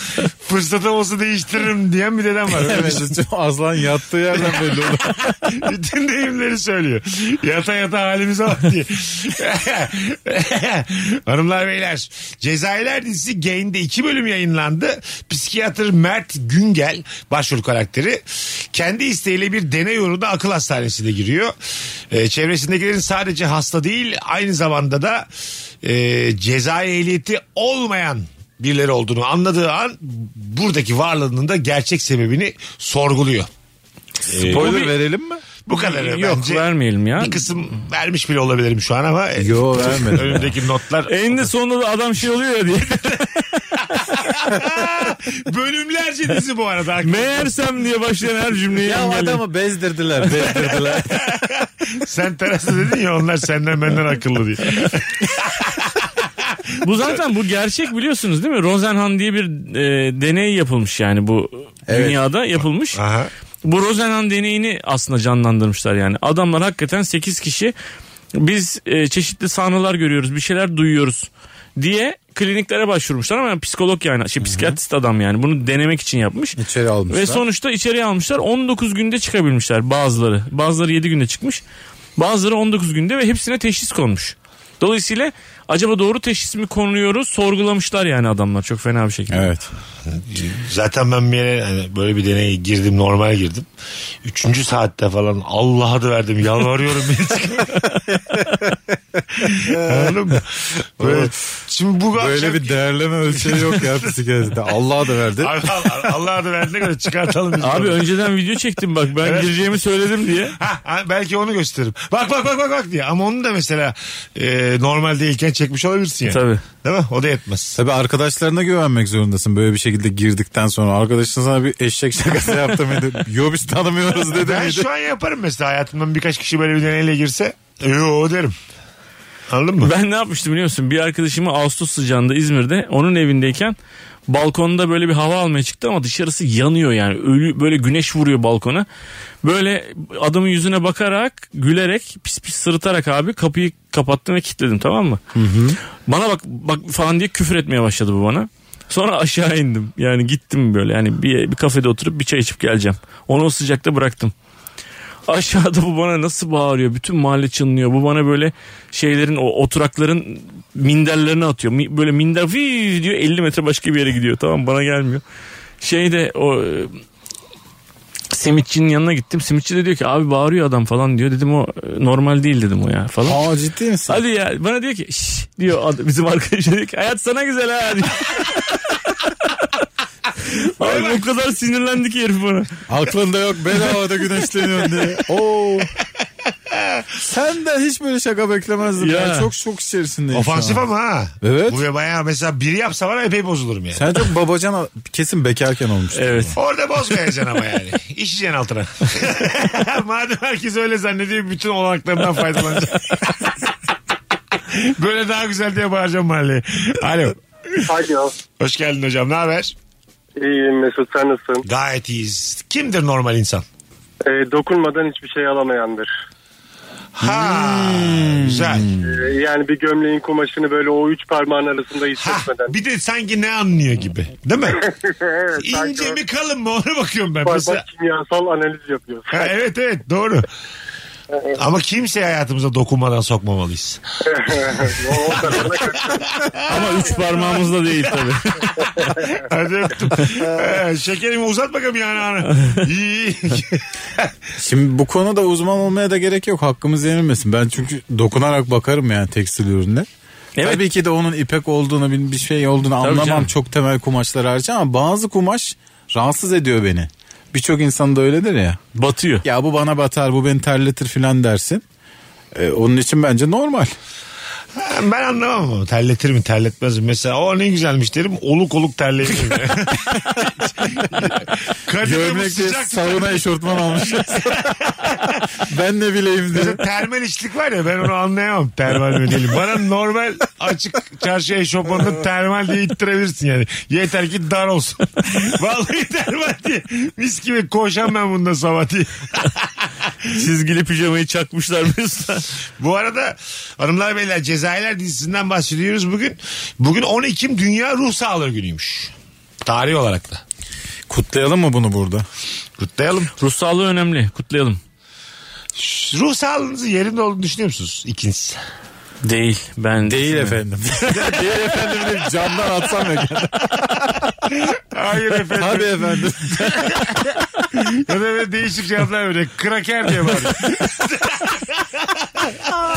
[SPEAKER 3] fırsatım olsa değiştiririm diyen bir dedem var. Öyle
[SPEAKER 4] Evet, Aslan yattığı yerden belli oldu.
[SPEAKER 3] Bütün deyimleri söylüyor. Yata yata halimize bak diye. Hanımlar beyler. Cezayirler dizisi Gain'de iki bölüm yayınlandı. Psikiyatr Mert Güngel başrol karakteri. Kendi isteğiyle bir deney yolunda akıl hastanesine giriyor. Ee, çevresindekilerin sadece hasta değil aynı zamanda da e, cezai ehliyeti olmayan birileri olduğunu anladığı an buradaki varlığının da gerçek sebebini sorguluyor.
[SPEAKER 4] Spoiler verelim mi?
[SPEAKER 3] E, Bu kadarı
[SPEAKER 5] Yok
[SPEAKER 3] bence.
[SPEAKER 5] vermeyelim ya.
[SPEAKER 3] Bir kısım vermiş bile olabilirim şu an ama e,
[SPEAKER 4] Yo E, vermedim.
[SPEAKER 3] önümdeki notlar
[SPEAKER 5] En de sonunda da adam şey oluyor ya diye.
[SPEAKER 3] bölümlerce dizi bu arada.
[SPEAKER 5] Meğersem diye başlayan her cümleyi
[SPEAKER 4] ya
[SPEAKER 5] engelledim.
[SPEAKER 4] adamı bezdirdiler. Bezdirdiler.
[SPEAKER 3] Sen terasta dedin ya onlar senden benden akıllı diye.
[SPEAKER 5] Bu zaten bu gerçek biliyorsunuz değil mi? Rosenhan diye bir e, deney yapılmış yani bu
[SPEAKER 4] Evet.
[SPEAKER 5] dünyada yapılmış.
[SPEAKER 3] Aha.
[SPEAKER 5] Bu Rosenhan deneyini aslında canlandırmışlar yani. Adamlar hakikaten 8 kişi biz e, çeşitli sahneler görüyoruz, bir şeyler duyuyoruz diye kliniklere başvurmuşlar ama psikolog yani şey, psikiyatrist adam yani bunu denemek için yapmış.
[SPEAKER 4] İçeri almışlar.
[SPEAKER 5] Ve sonuçta içeriye almışlar. 19 günde çıkabilmişler bazıları. Bazıları 7 günde çıkmış. Bazıları 19 günde ve hepsine teşhis konmuş. Dolayısıyla acaba doğru teşhis mi konuyoruz sorgulamışlar yani adamlar çok fena bir şekilde.
[SPEAKER 4] Evet.
[SPEAKER 3] Zaten ben bir yere hani böyle bir deneye girdim normal girdim. Üçüncü saatte falan Allah'a da verdim yalvarıyorum beni çıkar. Anladın mı? Böyle, şimdi bu
[SPEAKER 4] Böyle
[SPEAKER 3] akşam-
[SPEAKER 4] bir değerleme ölçeği yok ya psikiyatride. Allah'a da verdi.
[SPEAKER 3] Abi, Allah- Allah'a da verdiğine göre çıkartalım. biz
[SPEAKER 5] Abi
[SPEAKER 3] bunu.
[SPEAKER 5] önceden video çektim bak ben gireceğimi söyledim diye.
[SPEAKER 3] Ha, ha, belki onu gösteririm. Bak bak bak bak bak diye. Ama onu da mesela e, normal değilken çekmiş olabilirsin yani.
[SPEAKER 5] Tabii.
[SPEAKER 3] Değil mi? O da yetmez.
[SPEAKER 4] Tabii arkadaşlarına güvenmek zorundasın böyle bir şekilde girdikten sonra. Arkadaşın sana bir eşek şakası yaptı mıydı? Yo biz tanımıyoruz dedi
[SPEAKER 3] Ben
[SPEAKER 4] miydi?
[SPEAKER 3] şu an yaparım mesela hayatımdan birkaç kişi böyle bir deneyle girse. Yo derim. Anladın mı?
[SPEAKER 5] Ben ne yapmıştım biliyor musun? Bir arkadaşımı Ağustos sıcağında İzmir'de onun evindeyken balkonda böyle bir hava almaya çıktı ama dışarısı yanıyor yani. Ölü, böyle güneş vuruyor balkona. Böyle adamın yüzüne bakarak gülerek pis pis sırıtarak abi kapıyı kapattım ve kilitledim tamam mı? Bana bak bak falan diye küfür etmeye başladı bu bana. Sonra aşağı indim. Yani gittim böyle. Yani bir, bir kafede oturup bir çay içip geleceğim. Onu o sıcakta bıraktım. Aşağıda bu bana nasıl bağırıyor. Bütün mahalle çınlıyor. Bu bana böyle şeylerin o oturakların minderlerini atıyor. Mi- Böyle minder "Vii" diyor 50 metre başka bir yere gidiyor. Tamam mı? bana gelmiyor. Şeyde o e, simitçinin yanına gittim. Simitçi de diyor ki abi bağırıyor adam falan diyor. Dedim o e, normal değil dedim o ya falan.
[SPEAKER 4] Aa ciddi misin?
[SPEAKER 5] Hadi ya bana diyor ki "Şşş" diyor ad- bizim arkadaşa diyor ki hayat sana güzel ha diyor. Abi o kadar sinirlendi ki herif bana.
[SPEAKER 4] Aklında yok bedavada güneşleniyorsun diye. Oo. Sen de hiç böyle şaka beklemezdim.
[SPEAKER 5] Ya.
[SPEAKER 4] Ben çok şok içerisindeyim şu
[SPEAKER 3] Ofansif
[SPEAKER 4] an.
[SPEAKER 3] ama ha.
[SPEAKER 4] Evet.
[SPEAKER 3] Bu ve bayağı mesela biri yapsa bana epey bozulurum yani.
[SPEAKER 4] Sen çok babacan kesin bekarken olmuştun.
[SPEAKER 5] Evet.
[SPEAKER 3] Orada bozmayacaksın ama yani. İşeceksin altına. Madem herkes öyle zannediyor bütün olanaklarından faydalanacak. Böyle daha güzel diye bağıracağım mahalleye. Alo.
[SPEAKER 9] Alo.
[SPEAKER 3] Hoş geldin hocam. Ne haber?
[SPEAKER 9] İyiyim Mesut sen nasılsın?
[SPEAKER 3] Gayet iyiyiz. Kimdir normal insan?
[SPEAKER 9] Ee, dokunmadan hiçbir şey alamayandır.
[SPEAKER 3] Ha, güzel.
[SPEAKER 9] Ee, yani bir gömleğin kumaşını böyle o üç parmağın arasında
[SPEAKER 3] Ha,
[SPEAKER 9] hissetmeden.
[SPEAKER 3] bir de sanki ne anlıyor gibi. Değil mi?
[SPEAKER 9] evet, sanki
[SPEAKER 3] İnce
[SPEAKER 9] o-
[SPEAKER 3] mi kalın mı ona bakıyorum ben.
[SPEAKER 9] Bak,
[SPEAKER 3] Mesela-
[SPEAKER 9] bak, kimyasal analiz yapıyorsun.
[SPEAKER 3] Ha, evet evet doğru. Ama kimseye hayatımıza dokunmadan sokmamalıyız.
[SPEAKER 9] o, o tarafına kaçıyor.
[SPEAKER 5] Ama üç parmağımızla değil tabii.
[SPEAKER 3] Hadi öptüm. Ee, şekerimi uzat bakalım yani ana. İyi.
[SPEAKER 4] Şimdi bu konuda uzman olmaya da gerek yok. Hakkımız yenilmesin. Ben çünkü dokunarak bakarım yani tekstil ürününe.
[SPEAKER 5] Evet.
[SPEAKER 4] Tabii ki de onun ipek olduğunu bir bir şey olduğunu anlamam
[SPEAKER 5] canım.
[SPEAKER 4] çok temel kumaşlar harca ama bazı kumaş rahatsız ediyor beni. Birçok insan da öyledir ya.
[SPEAKER 5] Batıyor.
[SPEAKER 4] Ya bu bana batar bu beni terletir filan dersin. Ee, onun için bence normal.
[SPEAKER 3] ben anlamam ama terletir mi terletmez mi? Mesela o ne güzelmiş derim oluk oluk terleyebilirim. Kadime bu
[SPEAKER 4] Gömlek diye
[SPEAKER 3] sıcak.
[SPEAKER 4] sauna eşortman almış. ben ne bileyim
[SPEAKER 3] Mesela
[SPEAKER 4] dedim.
[SPEAKER 3] termal içlik var ya ben onu anlayamam termal mi değilim. Bana normal açık çarşı eşofmanını termal diye ittirebilirsin yani. Yeter ki dar olsun. Vallahi termal diye mis gibi koşan ben bunda sabah diye.
[SPEAKER 5] Çizgili pijamayı çakmışlar mesela.
[SPEAKER 3] Bu arada hanımlar beyler Cezayirler dizisinden bahsediyoruz bugün. Bugün 10 Ekim Dünya Ruh Sağlığı Günü'ymüş. Tarih olarak da.
[SPEAKER 4] Kutlayalım mı bunu burada?
[SPEAKER 3] Kutlayalım.
[SPEAKER 5] Ruhsallığı önemli. Kutlayalım.
[SPEAKER 3] Ruh sağlığınızın yerinde olduğunu düşünüyor musunuz? İkiniz.
[SPEAKER 5] Değil. Ben
[SPEAKER 4] Değil Şey efendim. Değil efendim deyip camdan atsam ya.
[SPEAKER 3] Hayır efendim.
[SPEAKER 4] Tabii efendim.
[SPEAKER 3] Ya da böyle değişik cevaplar böyle. Kraker diye bağırıyor.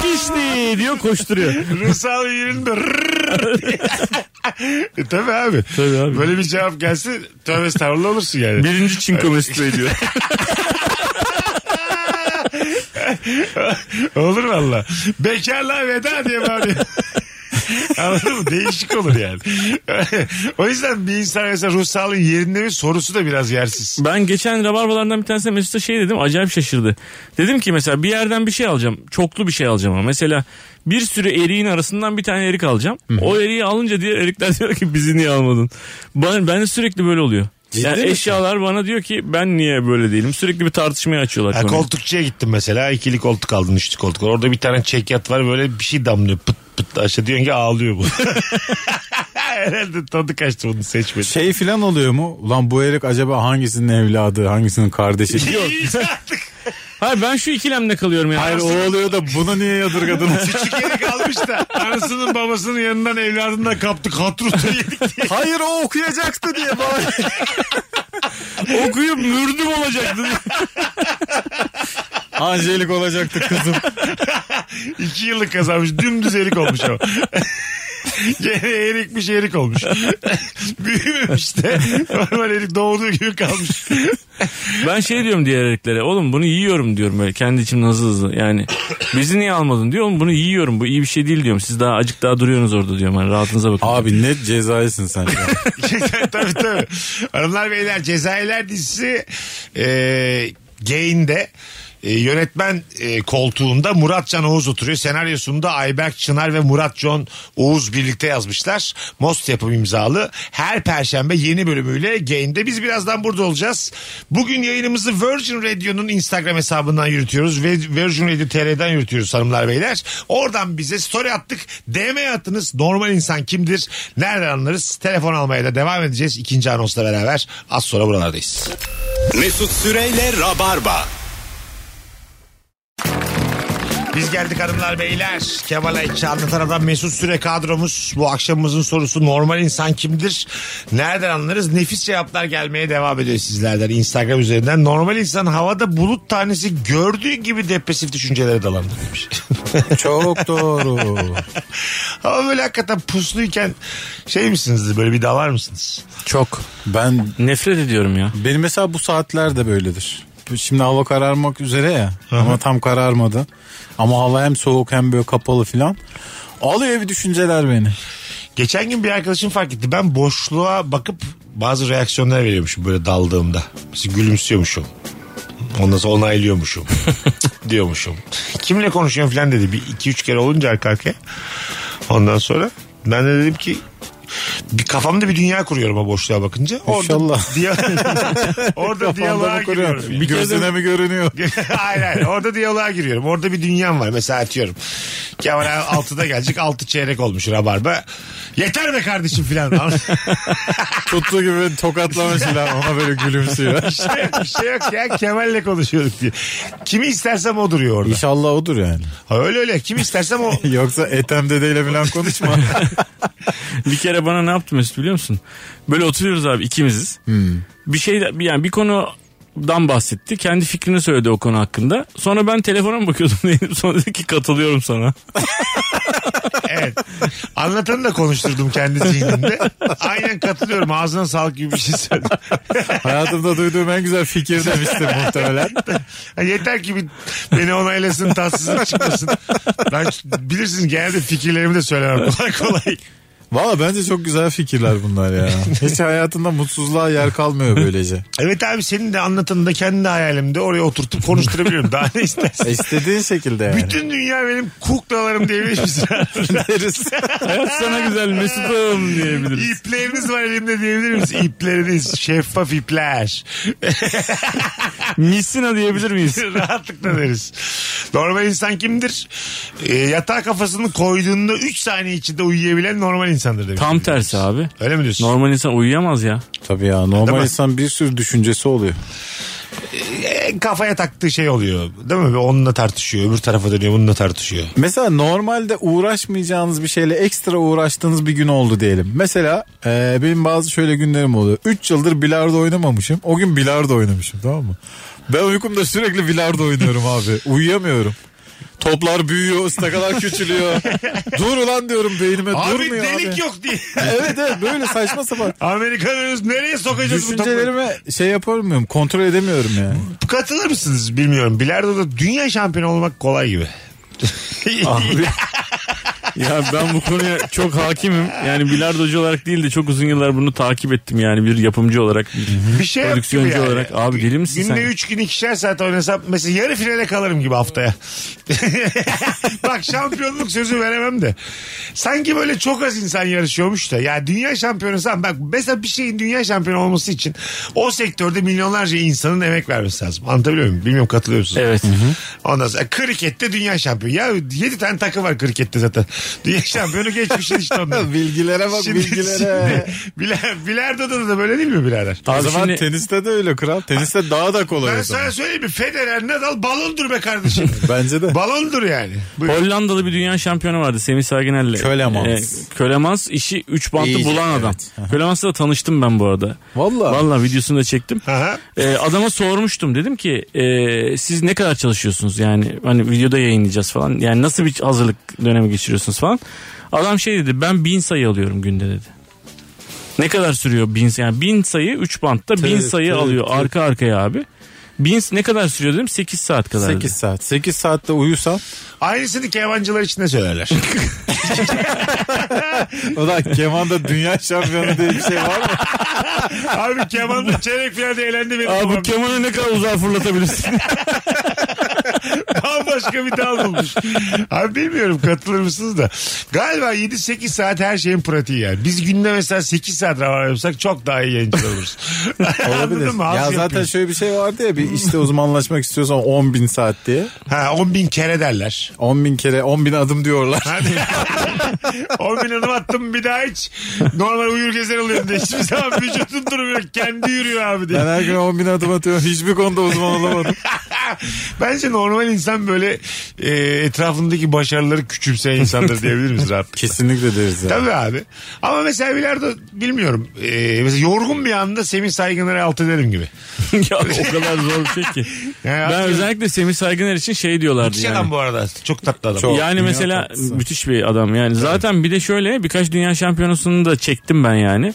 [SPEAKER 5] Pişti diyor koşturuyor.
[SPEAKER 3] Ruh sağlığı yerinde. rrrr diye. e, tabii abi.
[SPEAKER 5] Tabii abi.
[SPEAKER 3] Böyle bir cevap gelse tövbe estağfurullah olursun yani.
[SPEAKER 5] Birinci çinko mesut ediyor.
[SPEAKER 3] Olur valla. Bekarlığa veda diye bağırıyor. Anladın mı? Değişik olur yani. o yüzden bir insan mesela ruh sağlığı yerinde mi sorusu da biraz yersiz.
[SPEAKER 5] Ben geçen rabarbalardan bir tanesine Mesut'a şey dedim acayip şaşırdı. Dedim ki mesela bir yerden bir şey alacağım. Çoklu bir şey alacağım ama mesela bir sürü eriğin arasından bir tane erik alacağım. O eriği alınca diğer erikler diyor ki bizi niye almadın? Ben, ben de sürekli böyle oluyor. Yani
[SPEAKER 4] misin?
[SPEAKER 5] eşyalar bana diyor ki ben niye böyle değilim? Sürekli bir tartışmaya açıyorlar.
[SPEAKER 3] Ha,
[SPEAKER 5] konuyu.
[SPEAKER 3] koltukçuya gittim mesela. ikili koltuk aldın, üçlü koltuk. Orada bir tane çekyat var böyle bir şey damlıyor. Pıt pıt aşağı diyorsun ki ağlıyor bu. Herhalde tadı kaçtı bunu seçmedi.
[SPEAKER 4] Şey filan oluyor mu? Ulan bu erik acaba hangisinin evladı, hangisinin kardeşi? Yok.
[SPEAKER 5] Hayır ben şu ikilemde kalıyorum yani.
[SPEAKER 4] Hayır o oluyor da bunu niye yadırgadınız?
[SPEAKER 3] Küçük yeri kalmış da anasının babasının yanından evladından kaptık hatrutu yedik diye.
[SPEAKER 4] Hayır o okuyacaktı diye bağırıyor.
[SPEAKER 5] okuyup mürdüm olacaktı.
[SPEAKER 4] Angelik olacaktı kızım.
[SPEAKER 3] İki yıllık kazanmış. Dümdüz erik olmuş ama. Gene erikmiş erik olmuş. Büyümemiş de normal erik doğduğu gibi kalmış.
[SPEAKER 5] Ben şey diyorum diğer eriklere. Oğlum bunu yiyorum diyorum böyle kendi içimden hızlı hızlı. Yani bizi niye almadın diyor. Oğlum bunu yiyorum. Bu iyi bir şey değil diyorum. Siz daha acık daha duruyorsunuz orada diyorum. Yani rahatınıza bakın.
[SPEAKER 4] Abi ne cezayesin sen. ya.
[SPEAKER 3] tabii tabii. Hanımlar beyler Cezayirler dizisi e, Gain'de e, yönetmen e, koltuğunda Murat Can Oğuz oturuyor. Senaryosunda Ayberk Çınar ve Murat Can Oğuz birlikte yazmışlar. Most yapım imzalı. Her perşembe yeni bölümüyle Gain'de. Biz birazdan burada olacağız. Bugün yayınımızı Virgin Radio'nun Instagram hesabından yürütüyoruz. Ve Virgin Radio TR'den yürütüyoruz hanımlar beyler. Oradan bize story attık. DM attınız. Normal insan kimdir? Nereden anlarız? Telefon almaya da devam edeceğiz. ikinci anonsla beraber az sonra buralardayız.
[SPEAKER 2] Mesut Süreyle Rabarba.
[SPEAKER 3] Biz geldik hanımlar beyler. Kemal Ayça anlatan adam Mesut Süre kadromuz. Bu akşamımızın sorusu normal insan kimdir? Nereden anlarız? Nefis cevaplar gelmeye devam ediyor sizlerden. Instagram üzerinden. Normal insan havada bulut tanesi gördüğü gibi depresif düşüncelere dalandı demiş.
[SPEAKER 4] Çok doğru.
[SPEAKER 3] Ama böyle hakikaten pusluyken şey misiniz böyle bir dalar mısınız?
[SPEAKER 4] Çok. Ben
[SPEAKER 5] Nefret ediyorum ya.
[SPEAKER 4] benim mesela bu saatler de böyledir. Şimdi hava kararmak üzere ya ama tam kararmadı. Ama hava hem soğuk hem böyle kapalı filan. Alıyor bir düşünceler beni.
[SPEAKER 3] Geçen gün bir arkadaşım fark etti. Ben boşluğa bakıp bazı reaksiyonlar veriyormuşum böyle daldığımda. Mesela gülümsüyormuşum. Ondan sonra onaylıyormuşum. Cık diyormuşum. Kimle konuşuyorsun falan dedi. Bir iki üç kere olunca arka arkaya. Ondan sonra ben de dedim ki bir kafamda bir dünya kuruyorum o boşluğa bakınca. Orada
[SPEAKER 4] İnşallah.
[SPEAKER 3] diya- orada diyaloğa giriyorum.
[SPEAKER 4] Bir Gözüne mi görünüyor?
[SPEAKER 3] hayır hayır. Orada diyaloğa giriyorum. Orada bir dünyam var. Mesela atıyorum. Kemal abi altıda gelecek. Altı çeyrek olmuş rabarba. Yeter be kardeşim filan.
[SPEAKER 4] Tuttu gibi beni tokatlamış filan ona böyle gülümsüyor.
[SPEAKER 3] bir, şey, bir şey yok ya. Kemal'le konuşuyorduk diye. Kimi istersem o duruyor orada.
[SPEAKER 4] İnşallah odur yani.
[SPEAKER 3] Ha, öyle öyle. Kimi istersem o.
[SPEAKER 4] Yoksa Ethem dedeyle falan konuşma.
[SPEAKER 5] Bir kere bana ne yaptı Mesut biliyor musun? Böyle oturuyoruz abi ikimiziz. Bir şey yani bir konu dan bahsetti. Kendi fikrini söyledi o konu hakkında. Sonra ben telefona mı bakıyordum neydim. Sonra dedi ki katılıyorum sana.
[SPEAKER 3] Evet. Anlatanı da konuşturdum kendi zihnimde. Aynen katılıyorum. Ağzına sağlık gibi bir şey söyledim.
[SPEAKER 4] Hayatımda duyduğum en güzel fikir demiştim muhtemelen.
[SPEAKER 3] Ha, Yeter ki bir beni onaylasın tatsızlık çıkmasın. Ben bilirsiniz genelde fikirlerimi de söylemem kolay kolay.
[SPEAKER 4] Valla bence çok güzel fikirler bunlar ya. Hiç hayatında mutsuzluğa yer kalmıyor böylece.
[SPEAKER 3] Evet abi senin de anlatanı da kendi de hayalimde oraya oturtup konuşturabiliyorum. Daha ne istersin?
[SPEAKER 4] İstediğin şekilde yani.
[SPEAKER 3] Bütün dünya benim kuklalarım diyebilir misin?
[SPEAKER 4] Deriz.
[SPEAKER 5] Hayat sana güzel Mesut'um diyebiliriz.
[SPEAKER 3] İpleriniz var elimde diyebilir misin? İpleriniz. Şeffaf ipler.
[SPEAKER 5] Misina diyebilir miyiz?
[SPEAKER 3] Rahatlıkla deriz. Ee, Normal insan kimdir? E, yatağa kafasını koyduğunda 3 saniye içinde uyuyabilen normal insandır demiş.
[SPEAKER 5] Tam tersi abi.
[SPEAKER 3] Öyle mi diyorsun?
[SPEAKER 5] Normal insan uyuyamaz ya.
[SPEAKER 4] Tabii ya
[SPEAKER 3] Değil
[SPEAKER 4] normal
[SPEAKER 3] mi?
[SPEAKER 4] insan bir sürü düşüncesi oluyor.
[SPEAKER 3] E, kafaya taktığı şey oluyor. Değil mi? Onunla tartışıyor. Öbür tarafa dönüyor. Bununla tartışıyor.
[SPEAKER 4] Mesela normalde uğraşmayacağınız bir şeyle ekstra uğraştığınız bir gün oldu diyelim. Mesela e, benim bazı şöyle günlerim oluyor. 3 yıldır bilardo oynamamışım. O gün bilardo oynamışım tamam mı? Ben uykumda sürekli bilardo oynuyorum abi. Uyuyamıyorum. Toplar büyüyor, ıstakalar küçülüyor. Dur ulan diyorum beynime
[SPEAKER 3] Abi
[SPEAKER 4] durmuyor
[SPEAKER 3] delik
[SPEAKER 4] abi.
[SPEAKER 3] yok diye.
[SPEAKER 4] evet evet böyle saçma sapan.
[SPEAKER 3] Amerikanız nereye sokacağız bu topu?
[SPEAKER 4] Düşüncelerime şey yapamıyorum kontrol edemiyorum yani.
[SPEAKER 3] Katılır mısınız bilmiyorum. Bilardo'da dünya şampiyonu olmak kolay gibi.
[SPEAKER 5] Abi. ya ben bu konuya çok hakimim. Yani bilardocu olarak değil de çok uzun yıllar bunu takip ettim yani bir yapımcı olarak. Bir
[SPEAKER 3] bir şey yok gibi
[SPEAKER 5] Prodüksiyoncu
[SPEAKER 3] yani.
[SPEAKER 5] olarak. Abi deli misin
[SPEAKER 3] Günde
[SPEAKER 5] sen?
[SPEAKER 3] 3 gün ikişer saat oynasam mesela yarı finale kalırım gibi haftaya. Bak şampiyonluk sözü veremem de. Sanki böyle çok az insan yarışıyormuş da. Ya dünya şampiyonusam bak mesela bir şeyin dünya şampiyonu olması için o sektörde milyonlarca insanın emek vermesi lazım. Anlatabiliyor muyum? Bilmiyorum katılıyor musunuz?
[SPEAKER 5] Evet.
[SPEAKER 3] Ondan sonra krikette dünya şampiyonu. Ya 7 tane takım var krikette zaten. Dünya şampiyonu geçmişin işte onları.
[SPEAKER 4] Bilgilere bak bilgilere.
[SPEAKER 3] şimdi biler- bilardo'da da böyle değil mi birader?
[SPEAKER 4] O
[SPEAKER 5] Abi
[SPEAKER 4] zaman
[SPEAKER 5] şimdi-
[SPEAKER 4] teniste de öyle kral. Teniste daha da kolay.
[SPEAKER 3] Ben
[SPEAKER 4] o zaman.
[SPEAKER 3] sana söyleyeyim mi? Federer Nadal balondur be kardeşim.
[SPEAKER 4] Bence de.
[SPEAKER 3] balondur yani. Buyur.
[SPEAKER 5] Hollandalı bir dünya şampiyonu vardı Semih Saginer'le.
[SPEAKER 4] Kölemans.
[SPEAKER 5] Kölemans işi 3 bantı
[SPEAKER 4] İyice,
[SPEAKER 5] bulan adam. Kölemans'la da tanıştım ben bu arada.
[SPEAKER 4] Vallahi.
[SPEAKER 5] Vallahi videosunu da çektim.
[SPEAKER 3] Aha.
[SPEAKER 5] Ee, adama sormuştum dedim ki e, siz ne kadar çalışıyorsunuz yani hani videoda yayınlayacağız falan yani nasıl bir hazırlık dönemi geçiriyorsunuz falan. Adam şey dedi ben bin sayı alıyorum günde dedi. Ne kadar sürüyor bin sayı? Yani bin sayı 3 bantta bin
[SPEAKER 4] Tabii,
[SPEAKER 5] sayı
[SPEAKER 4] tabii,
[SPEAKER 5] alıyor
[SPEAKER 4] tabii.
[SPEAKER 5] arka arkaya abi. Bin ne kadar sürüyor dedim 8 saat kadar.
[SPEAKER 4] 8
[SPEAKER 5] dedi.
[SPEAKER 4] saat. 8 saatte uyusan
[SPEAKER 3] Aynısını kevancılar için de söylerler.
[SPEAKER 4] o da kemanda dünya şampiyonu diye bir şey var mı?
[SPEAKER 3] Abi kemanda çeyrek finalde elendi benim.
[SPEAKER 5] Abi bu
[SPEAKER 3] babam.
[SPEAKER 5] kemanı ne kadar uzağa fırlatabilirsin?
[SPEAKER 3] Bambaşka bir dal bulmuş. Abi bilmiyorum katılır mısınız da. Galiba 7-8 saat her şeyin pratiği yani. Biz günde mesela 8 saat ravar yapsak çok daha iyi yayıncı oluruz.
[SPEAKER 4] Olabilir.
[SPEAKER 3] Anladın mı? Az
[SPEAKER 4] ya zaten
[SPEAKER 3] yapıyoruz.
[SPEAKER 4] şöyle bir şey vardı ya bir işte uzmanlaşmak istiyorsan 10 bin saat diye.
[SPEAKER 3] Ha 10 bin kere derler.
[SPEAKER 4] 10 bin kere 10 bin adım diyorlar.
[SPEAKER 3] Hadi. 10 bin adım attım bir daha hiç. Normal uyur gezer oluyorum diye. Hiçbir zaman vücudum durmuyor. Kendi yürüyor abi diye.
[SPEAKER 4] Ben her gün 10 bin adım atıyorum. Hiçbir konuda uzman olamadım.
[SPEAKER 3] Bence normal insan böyle e, etrafındaki başarıları küçümseyen insandır diyebilir miyiz rahatlıkla?
[SPEAKER 4] Kesinlikle deriz ya.
[SPEAKER 3] Tabii abi. Ama mesela bilardo bilmiyorum. E, mesela yorgun bir anda Semih Saygınları alt ederim gibi.
[SPEAKER 5] ya o kadar zor bir şey ki.
[SPEAKER 3] Yani
[SPEAKER 5] ben
[SPEAKER 3] atıyorum.
[SPEAKER 5] özellikle Semih Saygıner için şey diyorlardı
[SPEAKER 3] Müthiş
[SPEAKER 5] yani.
[SPEAKER 3] adam bu arada. Çok tatlı adam.
[SPEAKER 4] Çok.
[SPEAKER 5] Yani
[SPEAKER 4] Dünya
[SPEAKER 5] mesela
[SPEAKER 4] tatlısı.
[SPEAKER 5] müthiş bir adam yani. Zaten bir de şöyle birkaç dünya şampiyonasını da çektim ben yani.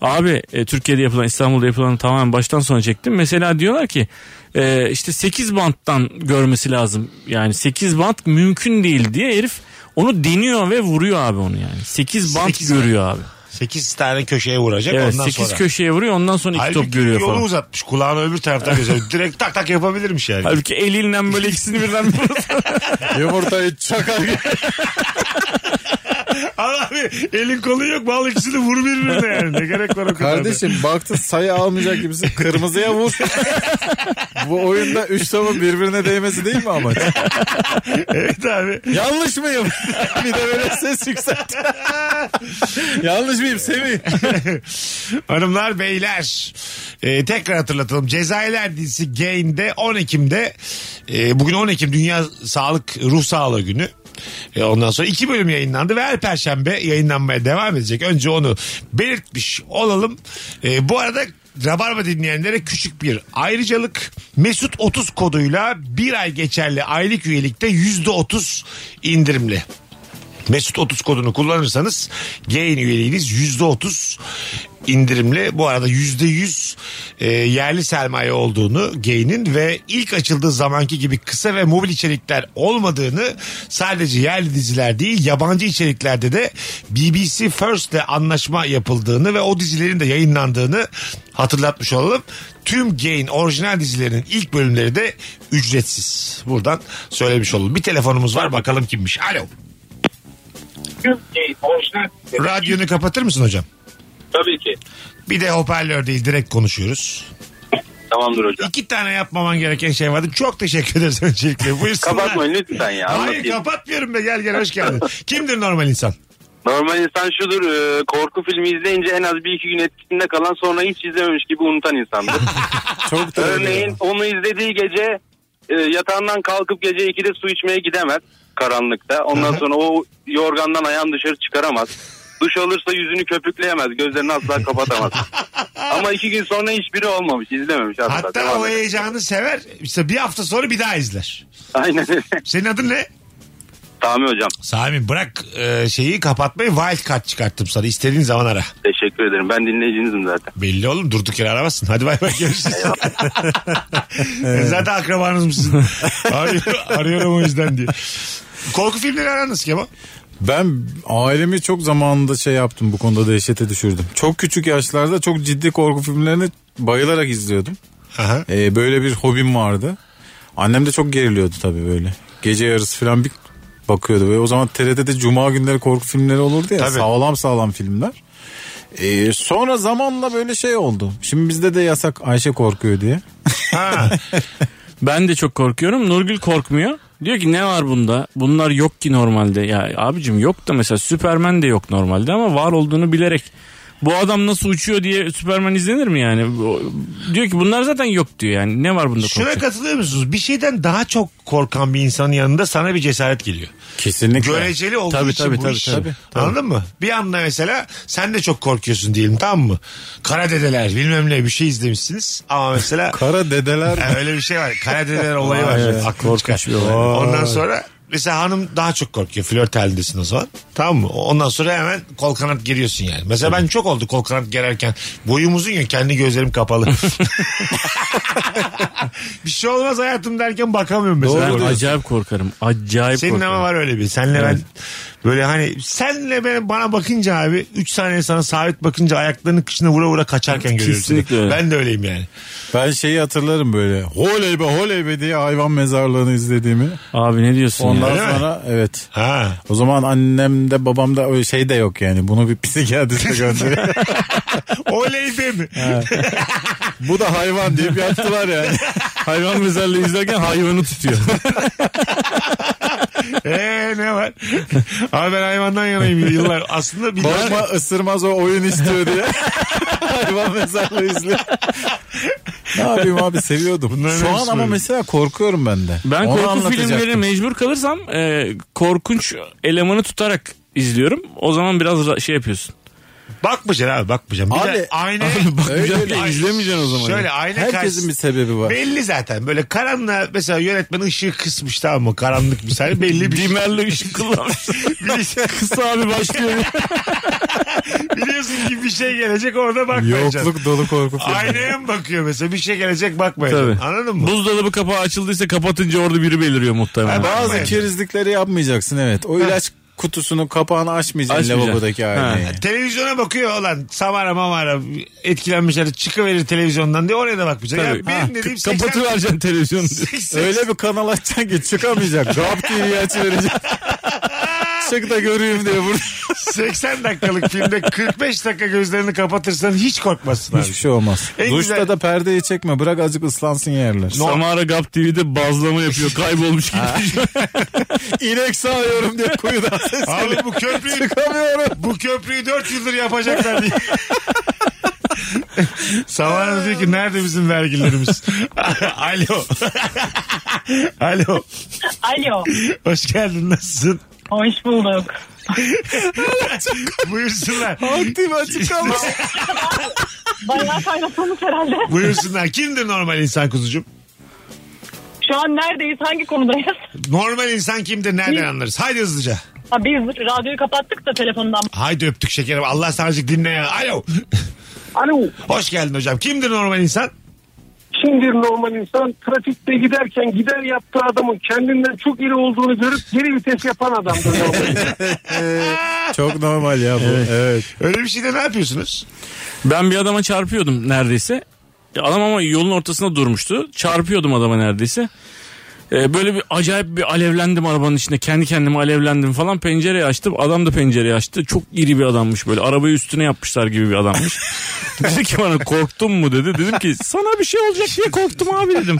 [SPEAKER 5] Abi e, Türkiye'de yapılan İstanbul'da yapılan tamamen baştan sona çektim. Mesela diyorlar ki e, işte 8 banttan görmesi lazım. Yani 8 bant mümkün değil diye herif onu deniyor ve vuruyor abi onu yani. 8 bant
[SPEAKER 3] Sekiz
[SPEAKER 5] görüyor abi.
[SPEAKER 3] 8 tane köşeye vuracak
[SPEAKER 5] Evet
[SPEAKER 3] ondan
[SPEAKER 5] 8
[SPEAKER 3] sonra.
[SPEAKER 5] köşeye vuruyor ondan sonra 2 top
[SPEAKER 3] Halbuki
[SPEAKER 5] görüyor
[SPEAKER 3] yolu
[SPEAKER 5] falan.
[SPEAKER 3] uzatmış. Kulağını öbür taraftan gösteriyor. Direkt tak tak yapabilirmiş yani.
[SPEAKER 5] Halbuki eliyle böyle ikisini birden vuruyor.
[SPEAKER 4] Yumurtayı çakar.
[SPEAKER 3] Abi elin kolun yok mal ikisini vur birbirine yani. Ne gerek var o kadar. da.
[SPEAKER 4] Kardeşim baktın sayı almayacak gibisin. Kırmızıya vur. Bu oyunda 3 topun birbirine değmesi değil mi amaç?
[SPEAKER 3] Evet abi.
[SPEAKER 4] Yanlış mıyım? bir de böyle ses yükselt. Yanlış mıyım Semih?
[SPEAKER 3] Hanımlar beyler Ee, tekrar hatırlatalım. Cezayirler dizisi Gain'de 10 Ekim'de e, bugün 10 Ekim Dünya Sağlık Ruh Sağlığı Günü. E, ondan sonra iki bölüm yayınlandı ve her perşembe yayınlanmaya devam edecek. Önce onu belirtmiş olalım. E, bu arada Rabarba dinleyenlere küçük bir ayrıcalık. Mesut 30 koduyla bir ay geçerli aylık üyelikte %30 indirimli. Mesut 30 kodunu kullanırsanız gain üyeliğiniz %30 indirimli. Bu arada %100 e, yerli sermaye olduğunu gain'in ve ilk açıldığı zamanki gibi kısa ve mobil içerikler olmadığını sadece yerli diziler değil yabancı içeriklerde de BBC First ile anlaşma yapıldığını ve o dizilerin de yayınlandığını hatırlatmış olalım. Tüm Gain orijinal dizilerinin ilk bölümleri de ücretsiz. Buradan söylemiş olalım. Bir telefonumuz var bakalım kimmiş. Alo. Radyonu kapatır mısın hocam?
[SPEAKER 6] Tabii ki.
[SPEAKER 3] Bir de hoparlör değil direkt konuşuyoruz.
[SPEAKER 6] Tamamdır hocam.
[SPEAKER 3] İki tane yapmaman gereken şey vardı. Çok teşekkür ederiz öncelikle. Buyursunlar.
[SPEAKER 6] Kapatmayın lütfen ya.
[SPEAKER 3] Hayır
[SPEAKER 6] Anlatayım.
[SPEAKER 3] kapatmıyorum be gel gel hoş geldin. Kimdir normal insan?
[SPEAKER 9] Normal insan şudur e, korku filmi izleyince en az bir iki gün etkisinde kalan sonra hiç izlememiş gibi unutan insandır.
[SPEAKER 4] Çok da öyle ya.
[SPEAKER 9] Örneğin onu izlediği gece e, yatağından kalkıp gece 2'de su içmeye gidemez karanlıkta. Ondan sonra o yorgandan ayağını dışarı çıkaramaz. Duş alırsa yüzünü köpükleyemez. Gözlerini asla kapatamaz. Ama iki gün sonra hiçbiri olmamış. izlememiş asla.
[SPEAKER 3] Hatta
[SPEAKER 9] Devam
[SPEAKER 3] o
[SPEAKER 9] et.
[SPEAKER 3] heyecanı sever. İşte bir hafta sonra bir daha izler.
[SPEAKER 9] Aynen öyle.
[SPEAKER 3] Senin adın ne?
[SPEAKER 9] Sami hocam.
[SPEAKER 3] Sami bırak e, şeyi kapatmayı wildcard çıkarttım sana. İstediğin zaman ara.
[SPEAKER 9] Teşekkür ederim. Ben dinleyicinizim zaten.
[SPEAKER 3] Belli oğlum durduk yere aramazsın. Hadi bay bay görüşürüz. Sen Zaten akrabanız mısın? Arıyor, arıyorum o yüzden diye. Korku filmleri aran nasıl Kemal?
[SPEAKER 4] Ben ailemi çok zamanında şey yaptım bu konuda dehşete düşürdüm. Çok küçük yaşlarda çok ciddi korku filmlerini bayılarak izliyordum.
[SPEAKER 3] Aha.
[SPEAKER 4] Ee, böyle bir hobim vardı. Annem de çok geriliyordu tabii böyle. Gece yarısı falan bir bakıyordu. Böyle o zaman TRT'de cuma günleri korku filmleri olurdu ya.
[SPEAKER 3] Tabii.
[SPEAKER 4] Sağlam sağlam filmler. Ee, sonra zamanla böyle şey oldu. Şimdi bizde de yasak Ayşe korkuyor diye.
[SPEAKER 3] Ha.
[SPEAKER 5] Ben de çok korkuyorum. Nurgül korkmuyor. Diyor ki ne var bunda? Bunlar yok ki normalde. Ya abicim yok da mesela Süpermen de yok normalde ama var olduğunu bilerek. Bu adam nasıl uçuyor diye Süpermen izlenir mi yani? O- Diyor ki bunlar zaten yok diyor yani. Ne var bunda
[SPEAKER 3] Şuna
[SPEAKER 5] korkacak?
[SPEAKER 3] katılıyor musunuz? Bir şeyden daha çok korkan bir insanın yanında sana bir cesaret geliyor.
[SPEAKER 4] Kesinlikle.
[SPEAKER 3] Göreceli olduğu
[SPEAKER 4] Tabii,
[SPEAKER 3] için
[SPEAKER 4] tabii,
[SPEAKER 3] bu
[SPEAKER 4] tabii,
[SPEAKER 3] iş.
[SPEAKER 4] tabii, tabii.
[SPEAKER 3] Anladın mı? Bir anda mesela sen de çok korkuyorsun diyelim tamam mı? Karadedeler bilmem ne bir şey izlemişsiniz ama mesela
[SPEAKER 4] Kara dedeler.
[SPEAKER 3] Ha, öyle bir şey var. Karadedeler olayı var.
[SPEAKER 4] Vay be,
[SPEAKER 3] Aklım çıkar.
[SPEAKER 4] korkunç bir olay.
[SPEAKER 3] Ondan sonra mesela hanım daha çok korkuyor. Flört halindesin o zaman. Tamam mı? Ondan sonra hemen kol kanat geriyorsun yani. Mesela ben çok oldu kol kanat gererken. Boyum uzun ya kendi gözlerim kapalı. bir şey olmaz hayatım derken bakamıyorum mesela.
[SPEAKER 5] Ben acayip korkarım. Acayip
[SPEAKER 3] Senin
[SPEAKER 5] korkarım.
[SPEAKER 3] ama var öyle bir. Senle ben böyle hani senle ben bana bakınca abi 3 saniye sana sabit bakınca ayaklarını kışına vura vura kaçarken görüyorum seni.
[SPEAKER 5] Kesinlikle öyle.
[SPEAKER 3] Ben de öyleyim yani.
[SPEAKER 4] Ben şeyi hatırlarım böyle. Holey be holey be diye hayvan mezarlığını izlediğimi.
[SPEAKER 5] Abi ne diyorsun
[SPEAKER 4] Ondan
[SPEAKER 5] ya?
[SPEAKER 3] Öyle mi?
[SPEAKER 4] sonra evet.
[SPEAKER 3] Ha.
[SPEAKER 4] O zaman annem de babam da öyle şey de yok yani. Bunu bir psikiyatriste gönderiyor.
[SPEAKER 3] Oley be mi?
[SPEAKER 4] Bu da hayvan deyip yattılar yani.
[SPEAKER 5] Hayvan mezarlığı izlerken hayvanı tutuyor.
[SPEAKER 3] Eee Ee, ne var? Abi ben hayvandan yanayım yıllar. Aslında bir
[SPEAKER 4] Bakma ısırmaz o oyun istiyor diye. hayvan mezarlığı izliyor. ne yapayım abi seviyordum.
[SPEAKER 3] Bunların
[SPEAKER 4] Şu an
[SPEAKER 3] hepsi
[SPEAKER 4] ama
[SPEAKER 3] böyle.
[SPEAKER 4] mesela korkuyorum ben de.
[SPEAKER 5] Ben
[SPEAKER 4] Onu
[SPEAKER 5] korku
[SPEAKER 4] anlatacaktım.
[SPEAKER 5] filmleri mecbur kalırsam e, korkunç elemanı tutarak izliyorum. O zaman biraz ra- şey yapıyorsun.
[SPEAKER 3] bakmayacaksın abi bakmayacaksın. Bir
[SPEAKER 4] Abi-
[SPEAKER 3] de ayna...
[SPEAKER 4] Öyle bir-
[SPEAKER 5] izlemeyeceksin o zaman.
[SPEAKER 3] Şöyle ayna
[SPEAKER 4] Herkesin
[SPEAKER 3] karşısı-
[SPEAKER 4] bir sebebi var.
[SPEAKER 3] Belli zaten böyle karanlığa mesela yönetmen ışığı kısmış tamam mı? Karanlık bir saniye belli bir şey.
[SPEAKER 5] Dimerle ışık kullanmış.
[SPEAKER 3] Bili-
[SPEAKER 5] Kısa abi başlıyor.
[SPEAKER 3] Biliyorsun ki bir şey gelecek orada bakmayacaksın.
[SPEAKER 4] Yokluk dolu korku filmi.
[SPEAKER 3] Aynaya mı bakıyor mesela bir şey gelecek bakmayacaksın.
[SPEAKER 5] Tabii.
[SPEAKER 3] Anladın mı?
[SPEAKER 5] Buzdolabı kapağı açıldıysa kapatınca orada biri beliriyor muhtemelen.
[SPEAKER 3] Ha, bak-
[SPEAKER 4] Bazı
[SPEAKER 3] Aynen.
[SPEAKER 4] kerizlikleri yapmayacaksın evet. O ilaç kutusunu kapağını açmayacaksın
[SPEAKER 5] Açmayacaksın.
[SPEAKER 4] lavabodaki
[SPEAKER 5] Ha.
[SPEAKER 4] aynayı.
[SPEAKER 3] Televizyona bakıyor olan samara mamara etkilenmişler çıkıverir televizyondan diye oraya da bakmayacaksın. Ya
[SPEAKER 5] Tabii.
[SPEAKER 3] benim
[SPEAKER 5] Ha,
[SPEAKER 3] dediğim 80
[SPEAKER 5] Kapatıvereceksin televizyonu.
[SPEAKER 3] 80
[SPEAKER 4] Öyle bir kanal açacaksın ki çıkamayacak. Gap TV'yi açıverecek. Çık da göreyim diye burada.
[SPEAKER 3] 80 dakikalık filmde 45 dakika gözlerini kapatırsan hiç korkmazsın abi.
[SPEAKER 4] Hiçbir şey olmaz.
[SPEAKER 3] En
[SPEAKER 4] Duşta
[SPEAKER 3] güzel-
[SPEAKER 4] da perdeyi çekme. Bırak azıcık ıslansın yerler.
[SPEAKER 5] Samara Gap TV'de bazlama yapıyor. Kaybolmuş gibi.
[SPEAKER 4] İnek sağıyorum diye kuyudan
[SPEAKER 3] Abi bu köprüyü
[SPEAKER 4] Çıkamıyorum.
[SPEAKER 3] bu köprüyü 4 yıldır yapacaklar diye. Savarız diyor ki nerede bizim vergilerimiz? Alo. Alo.
[SPEAKER 10] Alo,
[SPEAKER 3] Hoş geldin nasılsın?
[SPEAKER 10] hoş bulduk.
[SPEAKER 3] Buyursunlar.
[SPEAKER 4] Aktif açık kalmış.
[SPEAKER 10] Bayağı kaynatılmış herhalde.
[SPEAKER 3] Buyursunlar. Kimdir normal insan kuzucuğum?
[SPEAKER 10] Şu an neredeyiz, hangi konudayız?
[SPEAKER 3] Normal insan kimdir nereden anlarız? Haydi hızlıca.
[SPEAKER 10] Ha, biz radyoyu kapattık da telefondan.
[SPEAKER 3] Haydi öptük şekerim. Allah sana azıcık dinle ya. Alo.
[SPEAKER 9] Alo.
[SPEAKER 3] Hoş geldin hocam. Kimdir normal insan?
[SPEAKER 9] Şimdi normal insan trafikte giderken gider yaptığı adamın kendinden çok iri olduğunu görüp geri vites yapan adamdır.
[SPEAKER 4] Çok normal ya bu. Evet.
[SPEAKER 3] Öyle bir şeyde ne yapıyorsunuz?
[SPEAKER 5] Ben bir adama çarpıyordum neredeyse. Ya Adam ama yolun ortasında durmuştu. Çarpıyordum adama neredeyse. Ee, böyle bir acayip bir alevlendim arabanın içinde. Kendi kendime alevlendim falan. Pencereyi açtım. Adam da pencereyi açtı. Çok iri bir adammış böyle. Arabayı üstüne yapmışlar gibi bir adammış. dedi ki bana korktun mu dedi. Dedim ki sana bir şey olacak diye korktum abi dedim.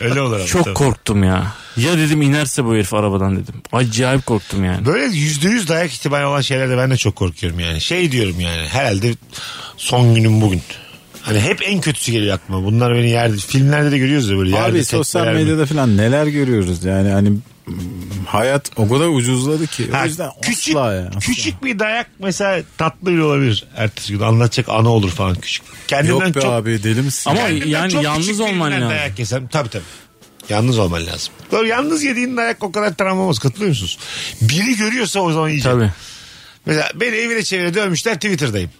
[SPEAKER 3] Öyle olur. abi,
[SPEAKER 5] Çok
[SPEAKER 3] tabii.
[SPEAKER 5] korktum ya. Ya dedim inerse bu herif arabadan dedim. Acayip korktum yani.
[SPEAKER 3] Böyle yüzde yüz dayak ihtimali olan şeylerde ben de çok korkuyorum yani. Şey diyorum yani herhalde son günüm bugün. Hani hep en kötüsü geliyor aklıma. Bunlar beni yerde filmlerde de görüyoruz ya böyle. yerde
[SPEAKER 4] Abi
[SPEAKER 3] tekmeler
[SPEAKER 4] sosyal
[SPEAKER 3] mi?
[SPEAKER 4] medyada falan neler görüyoruz yani hani mm, hayat o kadar ucuzladı ki.
[SPEAKER 3] Ha,
[SPEAKER 4] o yüzden
[SPEAKER 3] küçük,
[SPEAKER 4] asla ya. asla.
[SPEAKER 3] küçük bir dayak mesela tatlı bile olabilir. Ertesi gün anlatacak ana olur falan küçük. Kendinden
[SPEAKER 4] Yok be
[SPEAKER 3] çok
[SPEAKER 4] abi deli misin?
[SPEAKER 5] Ama
[SPEAKER 3] Kendinden
[SPEAKER 5] yani
[SPEAKER 3] çok
[SPEAKER 5] yalnız
[SPEAKER 3] küçük
[SPEAKER 5] olman
[SPEAKER 3] birinden
[SPEAKER 5] lazım.
[SPEAKER 3] Dayak yesem tabii tabii. Yalnız olman lazım. Doğru yalnız yediğin dayak o kadar travma olmaz. Katılıyor musunuz? Biri görüyorsa o zaman yiyeceksin.
[SPEAKER 5] Tabii.
[SPEAKER 3] Mesela beni evine çevire dövmüşler Twitter'dayım.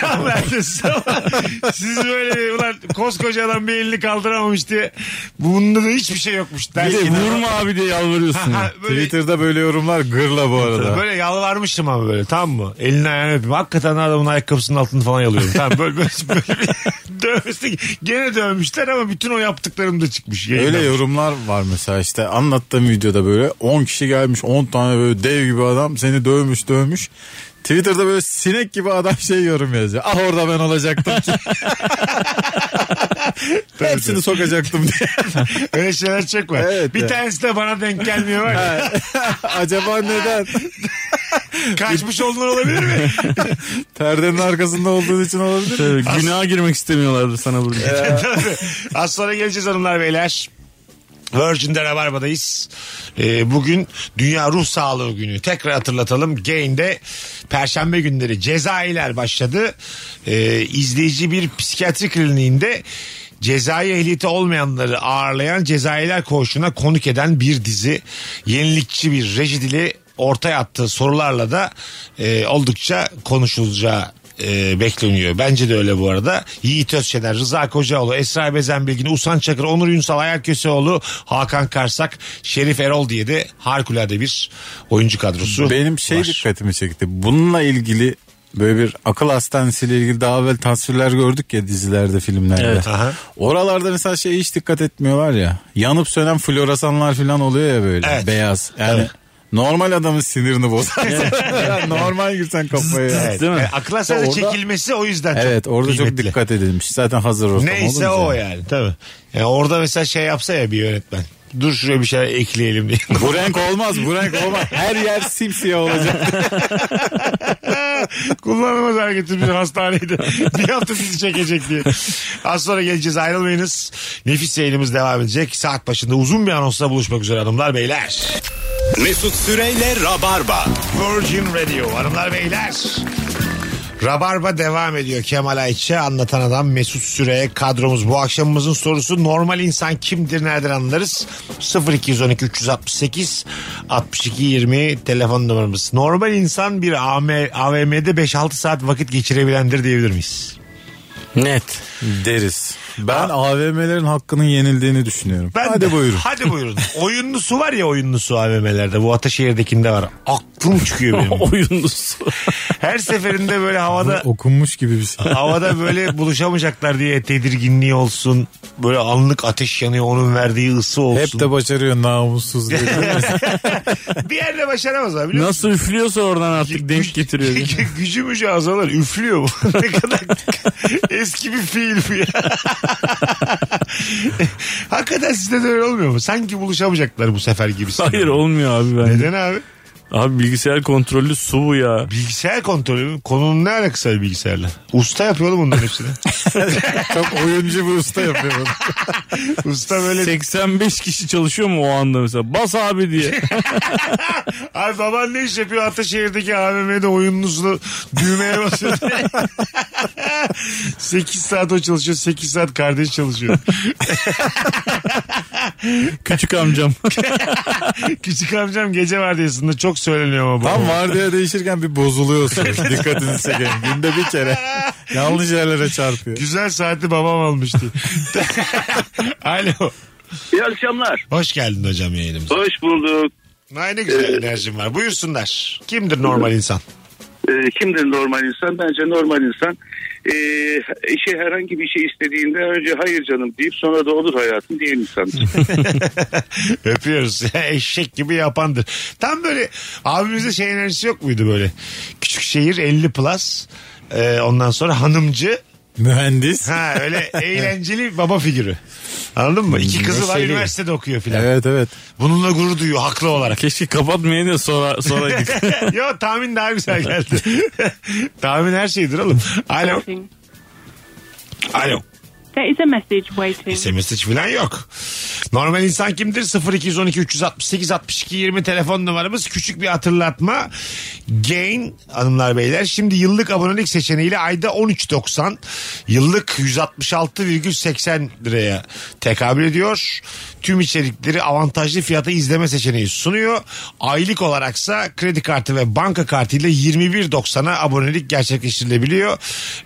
[SPEAKER 3] tamam ertesi sabah. Siz böyle bir, ulan koskoca adam bir elini kaldıramamış diye. Bunda da hiçbir şey yokmuş.
[SPEAKER 5] Bir de
[SPEAKER 3] Belki de-
[SPEAKER 5] vurma abi diye yalvarıyorsun.
[SPEAKER 3] Ha, böyle
[SPEAKER 4] Twitter'da böyle yorumlar gırla bu arada.
[SPEAKER 3] Böyle yalvarmıştım ama böyle tamam mı? Elini ayağını öpeyim. Hakikaten adamın ayakkabısının altını falan yalıyorum. tamam böyle böyle, böyle bir dövmesi. Gene dövmüşler ama bütün o yaptıklarım da çıkmış. yayından.
[SPEAKER 4] Öyle yorumlar var mesela işte anlattığım videoda böyle 10 kişi gelmiş 10 tane böyle dev gibi adam seni dövmüş dövmüş. Twitter'da böyle sinek gibi adam şey yorum yazıyor. Ah orada ben olacaktım ki. Hepsini sokacaktım diye.
[SPEAKER 3] Öyle şeyler çok var.
[SPEAKER 4] Evet
[SPEAKER 3] bir
[SPEAKER 4] ya.
[SPEAKER 3] tanesi de bana denk gelmiyor var ya.
[SPEAKER 4] Acaba neden?
[SPEAKER 3] Kaçmış olmalı olabilir mi?
[SPEAKER 4] Perdenin arkasında olduğun için olabilir mi?
[SPEAKER 5] Tabii, günaha girmek istemiyorlardı sana burada.
[SPEAKER 3] Tabii. Az sonra geleceğiz hanımlar beyler. Virgin'de Rabarba'dayız. Ee, bugün Dünya Ruh Sağlığı Günü. Tekrar hatırlatalım. Gain'de Perşembe günleri cezailer başladı. Ee, izleyici bir psikiyatri kliniğinde cezai ehliyeti olmayanları ağırlayan cezailer koğuşuna konuk eden bir dizi. Yenilikçi bir rejidili ortaya attığı sorularla da e, oldukça konuşulacağı e, bekleniyor. Bence de öyle bu arada. Yiğit Özçener, Rıza Kocaoğlu, Esra Bezenbilgin, Usan Çakır, Onur Ünsal, Ayak Köseoğlu, Hakan Karsak, Şerif Erol diye de harikulade bir oyuncu kadrosu.
[SPEAKER 4] Benim şey
[SPEAKER 3] var.
[SPEAKER 4] dikkatimi çekti. Bununla ilgili böyle bir akıl hastanesiyle ilgili daha evvel tasvirler gördük ya dizilerde, filmlerde.
[SPEAKER 5] Evet.
[SPEAKER 3] Aha.
[SPEAKER 4] Oralarda mesela şey hiç dikkat etmiyorlar ya. Yanıp sönen floresanlar falan oluyor ya böyle
[SPEAKER 3] Evet.
[SPEAKER 4] beyaz. Yani normal adamın sinirini bozar. Yani normal girsen kafaya.
[SPEAKER 3] Evet.
[SPEAKER 5] Değil mi?
[SPEAKER 3] E, akıl hastanede
[SPEAKER 4] Orada-
[SPEAKER 3] çekilmesi o yüzden
[SPEAKER 4] Evet
[SPEAKER 3] çok
[SPEAKER 4] orada
[SPEAKER 3] kıymetli.
[SPEAKER 4] çok dikkat edilmiş. Zaten hazır ortam
[SPEAKER 3] Neyse
[SPEAKER 4] olunca.
[SPEAKER 3] o yani tabii. Yani orada mesela şey yapsa ya bir yönetmen. Dur şuraya bir şeyler ekleyelim diye.
[SPEAKER 4] Bu renk olmaz bu renk olmaz. Her yer simsiyah olacak.
[SPEAKER 3] Kullanılmaz hareketi bir hastaneydi. bir hafta bizi çekecek diye. Az sonra geleceğiz ayrılmayınız. Nefis yayınımız devam edecek. Saat başında uzun bir anonsla buluşmak üzere hanımlar beyler.
[SPEAKER 2] Mesut Süreyle Rabarba.
[SPEAKER 3] Virgin Radio hanımlar beyler. Rabarba devam ediyor. Kemal Ayça anlatan adam Mesut Süre kadromuz. Bu akşamımızın sorusu normal insan kimdir nereden anlarız? 0212 368 62 20 telefon numaramız. Normal insan bir AM, AVM'de 5-6 saat vakit geçirebilendir diyebilir miyiz?
[SPEAKER 5] Net.
[SPEAKER 4] Deriz. Ben AVM'lerin hakkının yenildiğini düşünüyorum.
[SPEAKER 3] Ben
[SPEAKER 4] Hadi
[SPEAKER 3] de-
[SPEAKER 4] buyurun.
[SPEAKER 3] Hadi buyurun. oyunlusu var ya oyunlusu AVM'lerde. Bu Ataşehir'dekinde var. Aklım çıkıyor benim.
[SPEAKER 5] Oyunuz.
[SPEAKER 3] Her seferinde böyle havada
[SPEAKER 4] Okunmuş gibi bir şey.
[SPEAKER 3] havada böyle buluşamayacaklar diye tedirginliği olsun. Böyle anlık ateş yanıyor onun verdiği ısı olsun.
[SPEAKER 4] Hep de başarıyor namussuz diye.
[SPEAKER 3] bir yerde başaramaz abi. biliyor musun?
[SPEAKER 5] Nasıl üflüyorsa oradan artık denk getiriyor. diye.
[SPEAKER 3] Gücü- Gücü mücü azalır. Üflüyor bu. ne kadar eski bir fiil bu ya. Hakikaten sizde de öyle olmuyor mu? Sanki buluşamayacaklar bu sefer gibisin.
[SPEAKER 5] Hayır olmuyor abi ben.
[SPEAKER 3] Neden abi?
[SPEAKER 5] Abi bilgisayar kontrollü su bu ya.
[SPEAKER 3] Bilgisayar kontrolü mü? Konunun ne alakası var bilgisayarla? Usta yapıyor oğlum bunların hepsini.
[SPEAKER 4] Çok oyuncu bir usta yapıyor bunu.
[SPEAKER 3] Usta böyle
[SPEAKER 5] 85 kişi çalışıyor mu o anda mesela? Bas abi diye.
[SPEAKER 3] Abi baban ne iş yapıyor? Ataşehir'deki AVM'de oyununuzla düğmeye basıyor. 8 saat o çalışıyor, 8 saat kardeş çalışıyor.
[SPEAKER 5] Küçük amcam.
[SPEAKER 3] Küçük amcam gece vardiyasında çok söyleniyor ama
[SPEAKER 4] Tam
[SPEAKER 3] babama.
[SPEAKER 4] vardiya değişirken bir bozuluyorsunuz. Dikkatinizi çekelim. Günde bir kere. Yanlış yerlere çarpıyor.
[SPEAKER 3] Güzel saati babam almıştı. Alo.
[SPEAKER 6] İyi akşamlar.
[SPEAKER 3] Hoş geldin hocam yayınımıza.
[SPEAKER 6] Hoş bulduk.
[SPEAKER 3] Ay ne güzel enerjim var. Buyursunlar. Kimdir normal insan?
[SPEAKER 6] Ee, kimdir normal insan? Bence normal insan e, işe herhangi bir şey istediğinde önce hayır canım deyip sonra da olur hayatım diyen insan.
[SPEAKER 3] Öpüyoruz. Eşek gibi yapandır. Tam böyle abimizde şey enerjisi yok muydu böyle? Küçük şehir 50 plus. Ee, ondan sonra hanımcı
[SPEAKER 4] Mühendis.
[SPEAKER 3] Ha öyle eğlenceli baba figürü. Anladın mı? İki kızı var
[SPEAKER 4] Neşeli.
[SPEAKER 3] üniversitede okuyor filan.
[SPEAKER 4] Evet evet.
[SPEAKER 3] Bununla gurur duyuyor haklı olarak.
[SPEAKER 5] Keşke kapatmayaydı da sonra, sonraydık.
[SPEAKER 3] Yo tahmin daha güzel geldi. tahmin her şeydir oğlum. Alo. Alo.
[SPEAKER 10] There is a message waiting.
[SPEAKER 3] SMS falan yok. Normal insan kimdir? 0212 368 62 20 telefon numaramız. Küçük bir hatırlatma. Gain hanımlar beyler. Şimdi yıllık abonelik seçeneğiyle ayda 13.90 yıllık 166,80 liraya tekabül ediyor. Tüm içerikleri avantajlı fiyata izleme seçeneği sunuyor. Aylık olaraksa kredi kartı ve banka kartıyla 21.90'a abonelik gerçekleştirilebiliyor.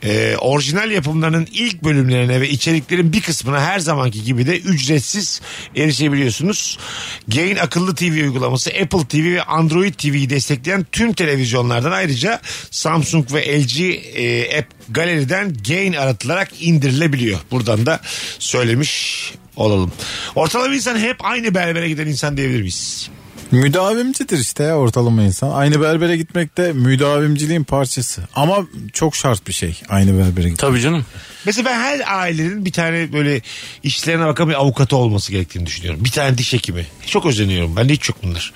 [SPEAKER 3] Ee, orijinal yapımlarının ilk bölümlerine ve içeriklerin bir kısmına her zamanki gibi de ücretsiz erişebiliyorsunuz. Gain akıllı TV uygulaması Apple TV ve Android TV'yi destekleyen tüm televizyonlardan ayrıca Samsung ve LG e, app galeriden Gain aratılarak indirilebiliyor. Buradan da söylemiş olalım. Ortalama insan hep aynı berbere giden insan diyebilir miyiz?
[SPEAKER 4] Müdavimcidir işte ya ortalama insan. Aynı berbere gitmek de müdavimciliğin parçası. Ama çok şart bir şey aynı berbere gitmek.
[SPEAKER 5] Tabii canım.
[SPEAKER 3] Mesela ben her ailenin bir tane böyle işlerine bakan bir avukatı olması gerektiğini düşünüyorum. Bir tane diş hekimi. Çok özeniyorum. Ben de hiç yok bunlar.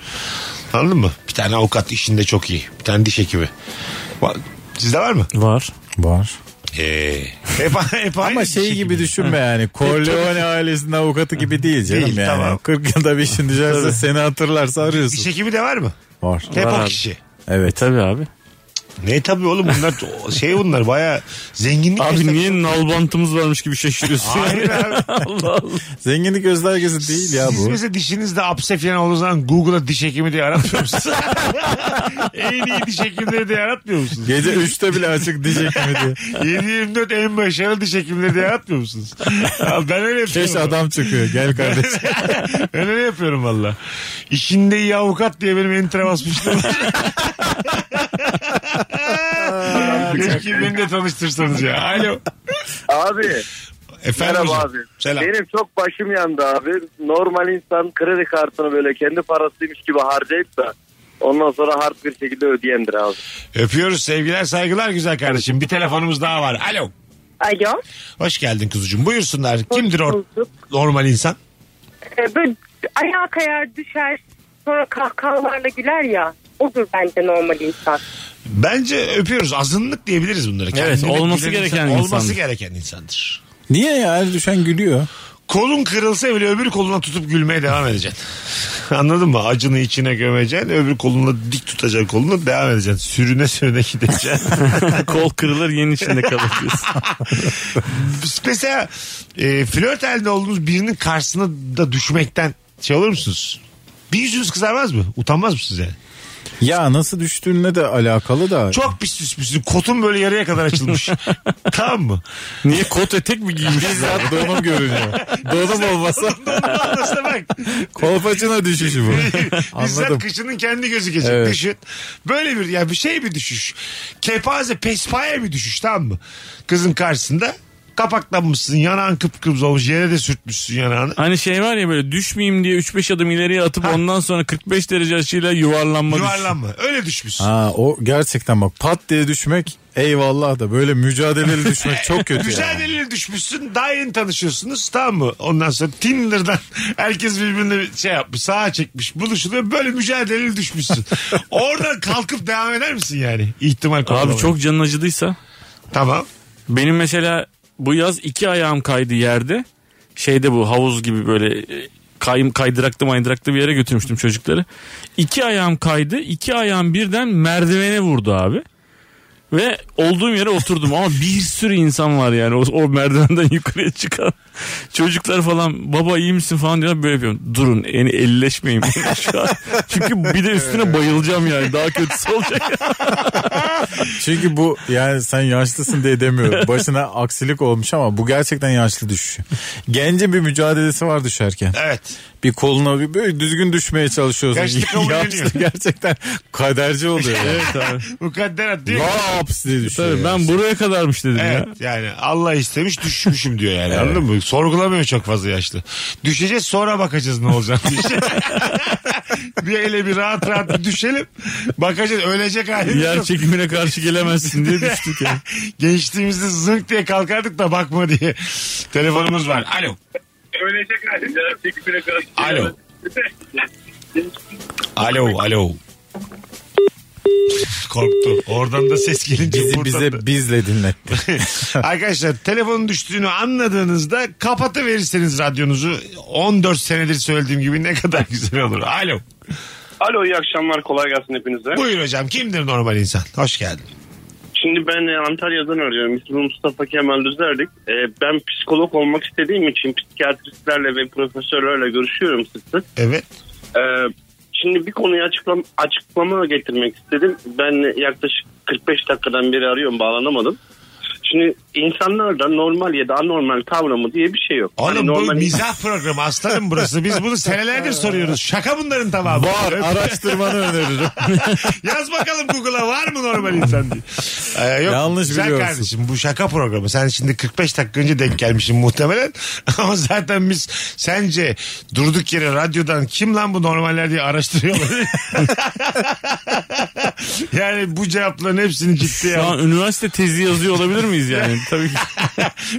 [SPEAKER 3] Anladın mı? Bir tane avukat işinde çok iyi. Bir tane diş hekimi. Va- Sizde var mı?
[SPEAKER 5] Var.
[SPEAKER 4] Var.
[SPEAKER 3] Ee, hep, hep aynı
[SPEAKER 4] Ama
[SPEAKER 3] diş
[SPEAKER 4] şey
[SPEAKER 3] hekimi.
[SPEAKER 4] gibi düşünme yani. Corleone ailesinin avukatı gibi değil canım
[SPEAKER 3] Değil,
[SPEAKER 4] yani.
[SPEAKER 3] tamam.
[SPEAKER 4] 40 yılda bir işin düşerse seni hatırlarsa
[SPEAKER 3] Diş
[SPEAKER 4] arıyorsun.
[SPEAKER 3] hekimi de var mı?
[SPEAKER 4] Var.
[SPEAKER 3] Hep
[SPEAKER 5] Var
[SPEAKER 3] o
[SPEAKER 5] abi.
[SPEAKER 3] kişi.
[SPEAKER 4] Evet.
[SPEAKER 5] şey Tabii abi.
[SPEAKER 3] Ne tabii oğlum bunlar şey bunlar baya zenginlik.
[SPEAKER 5] Abi
[SPEAKER 3] göster-
[SPEAKER 5] niye nalbantımız varmış gibi şaşırıyorsun?
[SPEAKER 3] Hayır abi.
[SPEAKER 5] Allah Allah.
[SPEAKER 4] Zenginlik göstergesi değil ya
[SPEAKER 3] Siz
[SPEAKER 4] bu.
[SPEAKER 3] mesela dişinizde apse falan olduğu zaman Google'a diş hekimi diye aratmıyor musunuz? en iyi diş hekimleri diye aratmıyor musunuz?
[SPEAKER 4] Gece 3'te bile açık diyecek miydi?
[SPEAKER 3] 7-24 en başarılı diş hekimleri diye aratmıyor musunuz? Abi ben öyle yapıyorum.
[SPEAKER 4] Keş adam çıkıyor. Gel kardeş.
[SPEAKER 3] Ben öyle yapıyorum valla. İşinde iyi avukat diye benim entere basmışlığım var. Keşke beni de tanıştırsanız ya. Alo.
[SPEAKER 9] Abi
[SPEAKER 3] Efendim
[SPEAKER 9] merhaba
[SPEAKER 3] hocam.
[SPEAKER 9] abi.
[SPEAKER 3] Selam.
[SPEAKER 9] Benim çok başım yandı abi. Normal insan kredi kartını böyle kendi parasıymış gibi harcayıp da ondan sonra hard bir şekilde ödeyendir abi.
[SPEAKER 3] Öpüyoruz sevgiler saygılar güzel kardeşim. Bir telefonumuz daha var. Alo.
[SPEAKER 7] Alo.
[SPEAKER 3] Hoş geldin kuzucuğum. Buyursunlar. Kimdir or
[SPEAKER 7] bulduk.
[SPEAKER 3] normal insan?
[SPEAKER 7] Ee, böyle ayağa kayar düşer sonra kahkahalarla güler ya. Odur bence normal insan.
[SPEAKER 3] Bence öpüyoruz. Azınlık diyebiliriz bunlara.
[SPEAKER 5] Evet, olması
[SPEAKER 3] gülen
[SPEAKER 5] gereken
[SPEAKER 3] Olması
[SPEAKER 5] insandır.
[SPEAKER 3] gereken insandır.
[SPEAKER 4] Niye ya? Her düşen gülüyor.
[SPEAKER 3] Kolun kırılsa bile öbür koluna tutup gülmeye devam edeceksin. Anladın mı? Acını içine gömeceksin. Öbür koluna dik tutacaksın kolunu devam edeceksin. Sürüne sürüne gideceksin.
[SPEAKER 5] Kol kırılır yeni içinde kalır diyorsun.
[SPEAKER 3] Mesela e, flört halinde olduğunuz birinin karşısına da düşmekten şey olur musunuz? Bir yüzünüz kızarmaz mı? Utanmaz mısınız yani?
[SPEAKER 4] Ya nasıl düştüğünle de alakalı da.
[SPEAKER 3] Çok pis düşmüşsün. Kotun böyle yarıya kadar açılmış. tamam mı?
[SPEAKER 5] Niye kot etek mi giymişiz?
[SPEAKER 4] Bizzat donum görünüyor. donum olmasa
[SPEAKER 3] Anlasana bak.
[SPEAKER 4] kolpaçına düşüşü bu.
[SPEAKER 3] Bizzat
[SPEAKER 4] Anladım.
[SPEAKER 3] kışının kendi gözükecek.
[SPEAKER 4] Evet.
[SPEAKER 3] Düşün. Böyle bir ya bir şey bir düşüş. Kepaze pespaya bir düşüş tamam mı? Kızın karşısında kapaklanmışsın. Yanağın kıpkırmızı olmuş. Yere de sürtmüşsün yanağını.
[SPEAKER 5] Hani şey var ya böyle düşmeyeyim diye 3-5 adım ileriye atıp ondan sonra 45 derece açıyla yuvarlanma düşün.
[SPEAKER 3] Yuvarlanma. Öyle düşmüşsün.
[SPEAKER 4] Ha o gerçekten bak pat diye düşmek eyvallah da böyle mücadeleli düşmek çok kötü. ya.
[SPEAKER 3] Mücadeleli düşmüşsün. Daha yeni tanışıyorsunuz tamam mı? Ondan sonra Tinder'dan herkes birbirine şey yapmış. Sağa çekmiş. Buluşuluyor. Böyle mücadeleli düşmüşsün. Oradan kalkıp devam eder misin yani? İhtimal
[SPEAKER 5] Abi
[SPEAKER 3] konulamıyor.
[SPEAKER 5] çok canın acıdıysa.
[SPEAKER 3] Tamam.
[SPEAKER 5] Benim mesela bu yaz iki ayağım kaydı yerde. Şeyde bu havuz gibi böyle e, kay, kaydıraklı maydıraklı bir yere götürmüştüm çocukları. İki ayağım kaydı. iki ayağım birden merdivene vurdu abi. Ve olduğum yere oturdum ama bir sürü insan var yani o, o merdivenden yukarıya çıkan. Çocuklar falan baba iyi misin falan diyorlar böyle yapıyorum. Durun yani elleşmeyin şu an. Çünkü bir de üstüne bayılacağım yani daha kötüsü olacak.
[SPEAKER 4] Çünkü bu yani sen yaşlısın diye demiyorum. Başına aksilik olmuş ama bu gerçekten yaşlı düşüşü. Gencin bir mücadelesi var düşerken.
[SPEAKER 3] Evet.
[SPEAKER 4] Bir koluna bir böyle düzgün düşmeye çalışıyorsun.
[SPEAKER 3] Yaşlı kabul
[SPEAKER 4] Yaşlı
[SPEAKER 3] ediyor.
[SPEAKER 4] gerçekten kaderci oluyor. evet abi.
[SPEAKER 3] Mukadderat diyor. ki-
[SPEAKER 4] La laps diye düşüyor.
[SPEAKER 5] Tabii
[SPEAKER 4] yani.
[SPEAKER 5] ben buraya kadarmış dedim
[SPEAKER 3] Evet
[SPEAKER 5] ya.
[SPEAKER 3] yani Allah istemiş düşmüşüm diyor yani anladın mı? Sorgulamıyor çok fazla yaşlı. Düşeceğiz sonra bakacağız ne olacak diye. bir ele bir rahat rahat bir düşelim. Bakacağız ölecek halimiz
[SPEAKER 5] Yer
[SPEAKER 3] yok.
[SPEAKER 5] çekimine karşı gelemezsin diye düştük ya.
[SPEAKER 3] Gençliğimizde zınk diye kalkardık da bakma diye. Telefonumuz var. Alo.
[SPEAKER 9] Ölecek halim.
[SPEAKER 3] Alo. Alo. Alo. Korktu. Oradan da ses gelince
[SPEAKER 4] Bizi
[SPEAKER 3] buradan da-
[SPEAKER 4] bize bizle dinletti.
[SPEAKER 3] Arkadaşlar telefonun düştüğünü anladığınızda kapatıverirseniz radyonuzu 14 senedir söylediğim gibi ne kadar güzel olur. Alo.
[SPEAKER 9] Alo iyi akşamlar kolay gelsin hepinize.
[SPEAKER 3] Buyur hocam kimdir normal insan? Hoş geldin.
[SPEAKER 9] Şimdi ben e, Antalya'dan arıyorum. İsmim Mustafa Kemal Düzerlik. E, ben psikolog olmak istediğim için psikiyatristlerle ve profesörlerle görüşüyorum sık sık.
[SPEAKER 3] Evet.
[SPEAKER 9] E, şimdi bir konuyu açıklam açıklama getirmek istedim. Ben yaklaşık 45 dakikadan beri arıyorum bağlanamadım. Şimdi insanlarda normal ya da anormal kavramı diye bir şey yok. Hani
[SPEAKER 3] Oğlum bu
[SPEAKER 9] normal
[SPEAKER 3] mizah programı aslanım burası. Biz bunu senelerdir soruyoruz. Şaka bunların tamamı.
[SPEAKER 4] Var araştırmanı öneririm.
[SPEAKER 3] Yaz bakalım Google'a var mı normal insan diye. Ee, yok,
[SPEAKER 4] Yanlış
[SPEAKER 3] güzel
[SPEAKER 4] biliyorsun.
[SPEAKER 3] kardeşim bu şaka programı. Sen şimdi 45 dakika önce denk gelmişsin muhtemelen. Ama zaten biz sence durduk yere radyodan kim lan bu normaller diye araştırıyorlar. yani bu cevapların hepsini ciddiye
[SPEAKER 5] Şu
[SPEAKER 3] al.
[SPEAKER 5] an üniversite tezi yazıyor olabilir miyiz yani? Tabii ki.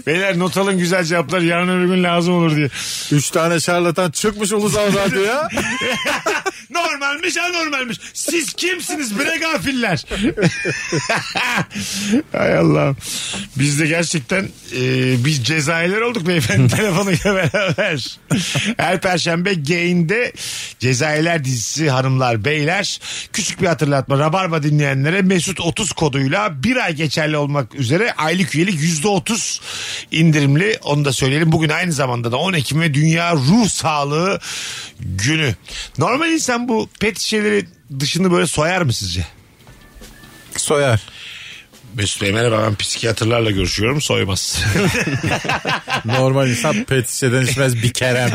[SPEAKER 3] Beyler not alın güzel cevaplar yarın öbür gün lazım olur diye.
[SPEAKER 4] Üç tane şarlatan çıkmış ulusal radyoya.
[SPEAKER 3] Normalmiş anormalmiş. Siz kimsiniz bre gafiller? Hay Allah'ım. Biz de gerçekten e, biz cezayirler olduk beyefendi telefonuyla beraber. Her perşembe Gain'de Cezayirler dizisi hanımlar beyler. Küçük bir hatırlatma. Rabarba dinleyenlere Mesut 30 koduyla bir ay geçerli olmak üzere aylık üyelik %30 indirimli. Onu da söyleyelim. Bugün aynı zamanda da 10 Ekim ve Dünya Ruh Sağlığı Günü. Normal insan bu pet şişeleri dışını böyle soyar mı sizce?
[SPEAKER 4] Soyar.
[SPEAKER 3] Mesut Bey merhaba ben psikiyatrlarla görüşüyorum soymaz.
[SPEAKER 4] Normal insan pet şişeden içmez bir kerem.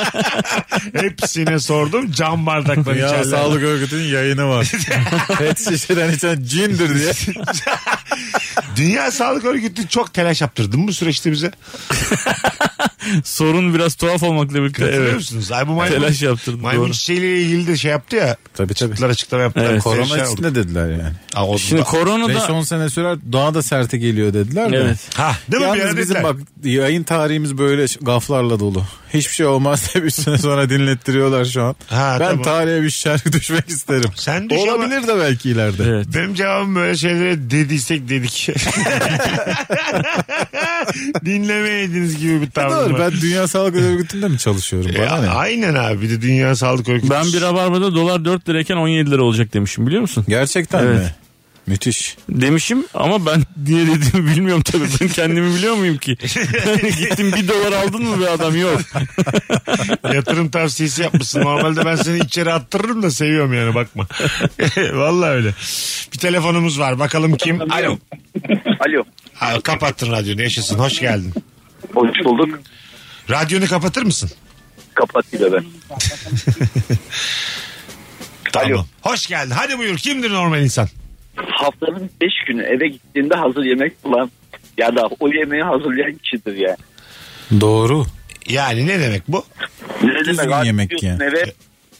[SPEAKER 3] Hepsine sordum cam bardakla
[SPEAKER 4] Dünya
[SPEAKER 3] içerler.
[SPEAKER 4] Sağlık Örgütü'nün yayını var. pet şişeden içen cindir diye.
[SPEAKER 3] Şey Dünya Sağlık Örgütü çok telaş yaptırdın bu süreçte bize.
[SPEAKER 5] Sorun biraz tuhaf olmakla birlikte.
[SPEAKER 3] Hatırlıyor
[SPEAKER 5] Evet.
[SPEAKER 3] musunuz? Ay bu maymun,
[SPEAKER 5] Telaş yaptırdı,
[SPEAKER 3] Maymun
[SPEAKER 5] doğru.
[SPEAKER 3] çiçeğiyle ilgili de şey yaptı ya.
[SPEAKER 4] Tabii tabii.
[SPEAKER 3] Çıktılar açıklama yaptılar.
[SPEAKER 5] Evet.
[SPEAKER 3] Korona
[SPEAKER 4] Korona
[SPEAKER 3] şey oldu.
[SPEAKER 4] içinde dediler yani.
[SPEAKER 3] Aa, oldu.
[SPEAKER 5] Şimdi korona da
[SPEAKER 4] 5-10 sene sürer daha da serti geliyor dediler de.
[SPEAKER 5] Evet.
[SPEAKER 3] Ha, değil mi? Bir
[SPEAKER 4] Yalnız
[SPEAKER 3] ara
[SPEAKER 4] bizim
[SPEAKER 3] dediler.
[SPEAKER 4] bak yayın tarihimiz böyle ş- gaflarla dolu. Hiçbir şey olmaz diye bir sene sonra dinlettiriyorlar şu an.
[SPEAKER 3] Ha,
[SPEAKER 4] ben
[SPEAKER 3] tamam.
[SPEAKER 4] tarihe bir şarkı düşmek isterim.
[SPEAKER 3] Sen düş ama-
[SPEAKER 4] Olabilir de belki ileride.
[SPEAKER 5] Evet.
[SPEAKER 3] Benim cevabım böyle şeylere dediysek dedik. Dinlemeydiniz gibi bir tavrım
[SPEAKER 4] E, Doğru
[SPEAKER 3] var.
[SPEAKER 4] ben Dünya Sağlık Örgütü'nde mi çalışıyorum?
[SPEAKER 3] E,
[SPEAKER 4] Bana ne?
[SPEAKER 3] aynen abi bir de Dünya Sağlık Örgütü.
[SPEAKER 5] ben bir rabarbada dolar 4 lirayken 17 lira olacak demişim biliyor musun?
[SPEAKER 4] Gerçekten
[SPEAKER 5] Evet.
[SPEAKER 4] mi? Müthiş.
[SPEAKER 5] Demişim ama ben niye dediğimi bilmiyorum tabii. Ben kendimi biliyor muyum ki? Yani gittim bir dolar aldın mı be adam yok.
[SPEAKER 3] Yatırım tavsiyesi yapmışsın. Normalde ben seni içeri attırırım da seviyorum yani bakma. Vallahi öyle. Bir telefonumuz var. Bakalım kim? Alo.
[SPEAKER 6] Alo.
[SPEAKER 3] Ha, kapattın radyonu. Yaşasın. Hoş geldin.
[SPEAKER 6] Hoş bulduk.
[SPEAKER 3] Radyonu kapatır mısın?
[SPEAKER 6] Kapatıyla ben.
[SPEAKER 3] Tamam.
[SPEAKER 6] Alo.
[SPEAKER 3] Hoş geldin. Hadi buyur. Kimdir normal insan?
[SPEAKER 6] Haftanın 5 günü eve gittiğinde hazır yemek bulan ya da o yemeği hazırlayan kişidir yani.
[SPEAKER 4] Doğru.
[SPEAKER 3] Yani ne demek bu?
[SPEAKER 6] Ne
[SPEAKER 4] Düzgün
[SPEAKER 6] abi?
[SPEAKER 4] yemek
[SPEAKER 6] Gidiyorsun
[SPEAKER 4] yani.
[SPEAKER 6] Eve,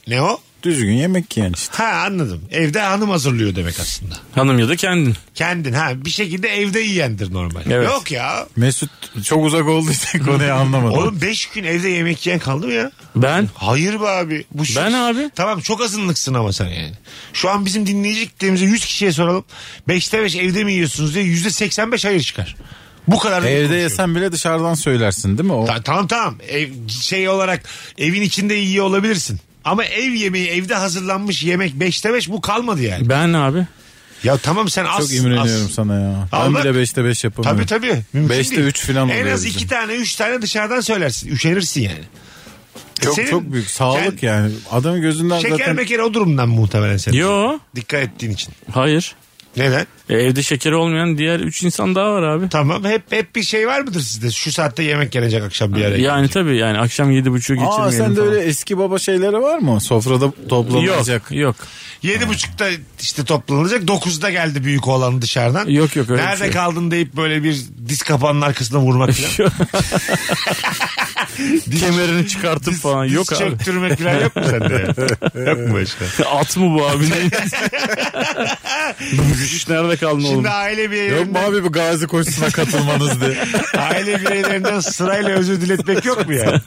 [SPEAKER 3] Ne o?
[SPEAKER 4] Düzgün yemek yani işte.
[SPEAKER 3] Ha anladım. Evde hanım hazırlıyor demek aslında.
[SPEAKER 5] Hanım ya da kendin.
[SPEAKER 3] Kendin ha bir şekilde evde yiyendir normal.
[SPEAKER 5] Evet.
[SPEAKER 3] Yok ya.
[SPEAKER 4] Mesut çok uzak olduğu için konuyu anlamadım.
[SPEAKER 3] Oğlum 5 gün evde yemek yiyen kaldı mı ya?
[SPEAKER 5] Ben
[SPEAKER 3] Hayır be abi. Bu şu-
[SPEAKER 5] Ben abi.
[SPEAKER 3] Tamam çok azınlıksın ama sen yani. Şu an bizim dinleyici kitlemize 100 kişiye soralım. 5'te 5 evde mi yiyorsunuz diye %85 hayır çıkar. Bu kadar. da
[SPEAKER 4] Evde
[SPEAKER 3] konuşuyorum.
[SPEAKER 4] yesen bile dışarıdan söylersin değil mi? O
[SPEAKER 3] Ta- tamam tamam. Ev- şey olarak evin içinde yiyor olabilirsin. Ama ev yemeği evde hazırlanmış yemek 5'te 5 bu kalmadı yani.
[SPEAKER 5] ben abi.
[SPEAKER 3] Ya tamam sen az.
[SPEAKER 4] çok imreniyorum
[SPEAKER 3] az.
[SPEAKER 4] sana ya.
[SPEAKER 3] Al
[SPEAKER 4] ben
[SPEAKER 3] bak.
[SPEAKER 4] bile 5'te 5 yapamıyorum.
[SPEAKER 3] Tabii tabii. Mümkün
[SPEAKER 4] Beşte
[SPEAKER 3] değil.
[SPEAKER 4] üç falan
[SPEAKER 3] En
[SPEAKER 4] oluyor
[SPEAKER 3] az
[SPEAKER 4] bizde.
[SPEAKER 3] iki tane üç tane dışarıdan söylersin. Üşenirsin yani.
[SPEAKER 4] Çok
[SPEAKER 3] Senin-
[SPEAKER 4] çok büyük sağlık
[SPEAKER 3] Kend-
[SPEAKER 4] yani. Adamın gözünden
[SPEAKER 3] Şeker
[SPEAKER 4] zaten
[SPEAKER 3] meker o durumdan muhtemelen senin.
[SPEAKER 5] Yo
[SPEAKER 3] Dikkat ettiğin için.
[SPEAKER 5] hayır.
[SPEAKER 3] Neden?
[SPEAKER 5] E, evde şekeri olmayan diğer 3 insan daha var abi.
[SPEAKER 3] Tamam. Hep hep bir şey var mıdır sizde? Şu saatte yemek yenecek akşam bir yere.
[SPEAKER 5] Yani tabii yani akşam 7.30'u geçirmeyelim
[SPEAKER 4] Aa sende
[SPEAKER 5] falan.
[SPEAKER 4] öyle eski baba şeyleri var mı? Sofrada
[SPEAKER 5] Yok
[SPEAKER 4] toplanacak.
[SPEAKER 5] yok.
[SPEAKER 3] Yedi buçukta işte toplanılacak. Dokuzda geldi büyük olan dışarıdan.
[SPEAKER 5] Yok, yok, öyle bir
[SPEAKER 3] Nerede
[SPEAKER 5] şey yok.
[SPEAKER 3] kaldın deyip böyle bir diz kapağının arkasına vurmak falan.
[SPEAKER 5] Kemerini çıkartıp
[SPEAKER 3] Diz-
[SPEAKER 5] falan
[SPEAKER 3] diz
[SPEAKER 5] yok abi.
[SPEAKER 3] çöktürmek falan yok mu sende? yani? yok mu başka?
[SPEAKER 5] At mı bu abi? Ne? Bu Güç nerede kaldı oğlum?
[SPEAKER 3] Şimdi aile
[SPEAKER 4] Yok mu
[SPEAKER 3] bireylerinden,
[SPEAKER 4] abi bu gazi koşusuna katılmanız diye.
[SPEAKER 3] aile bireylerinden sırayla özür diletmek yok mu yani?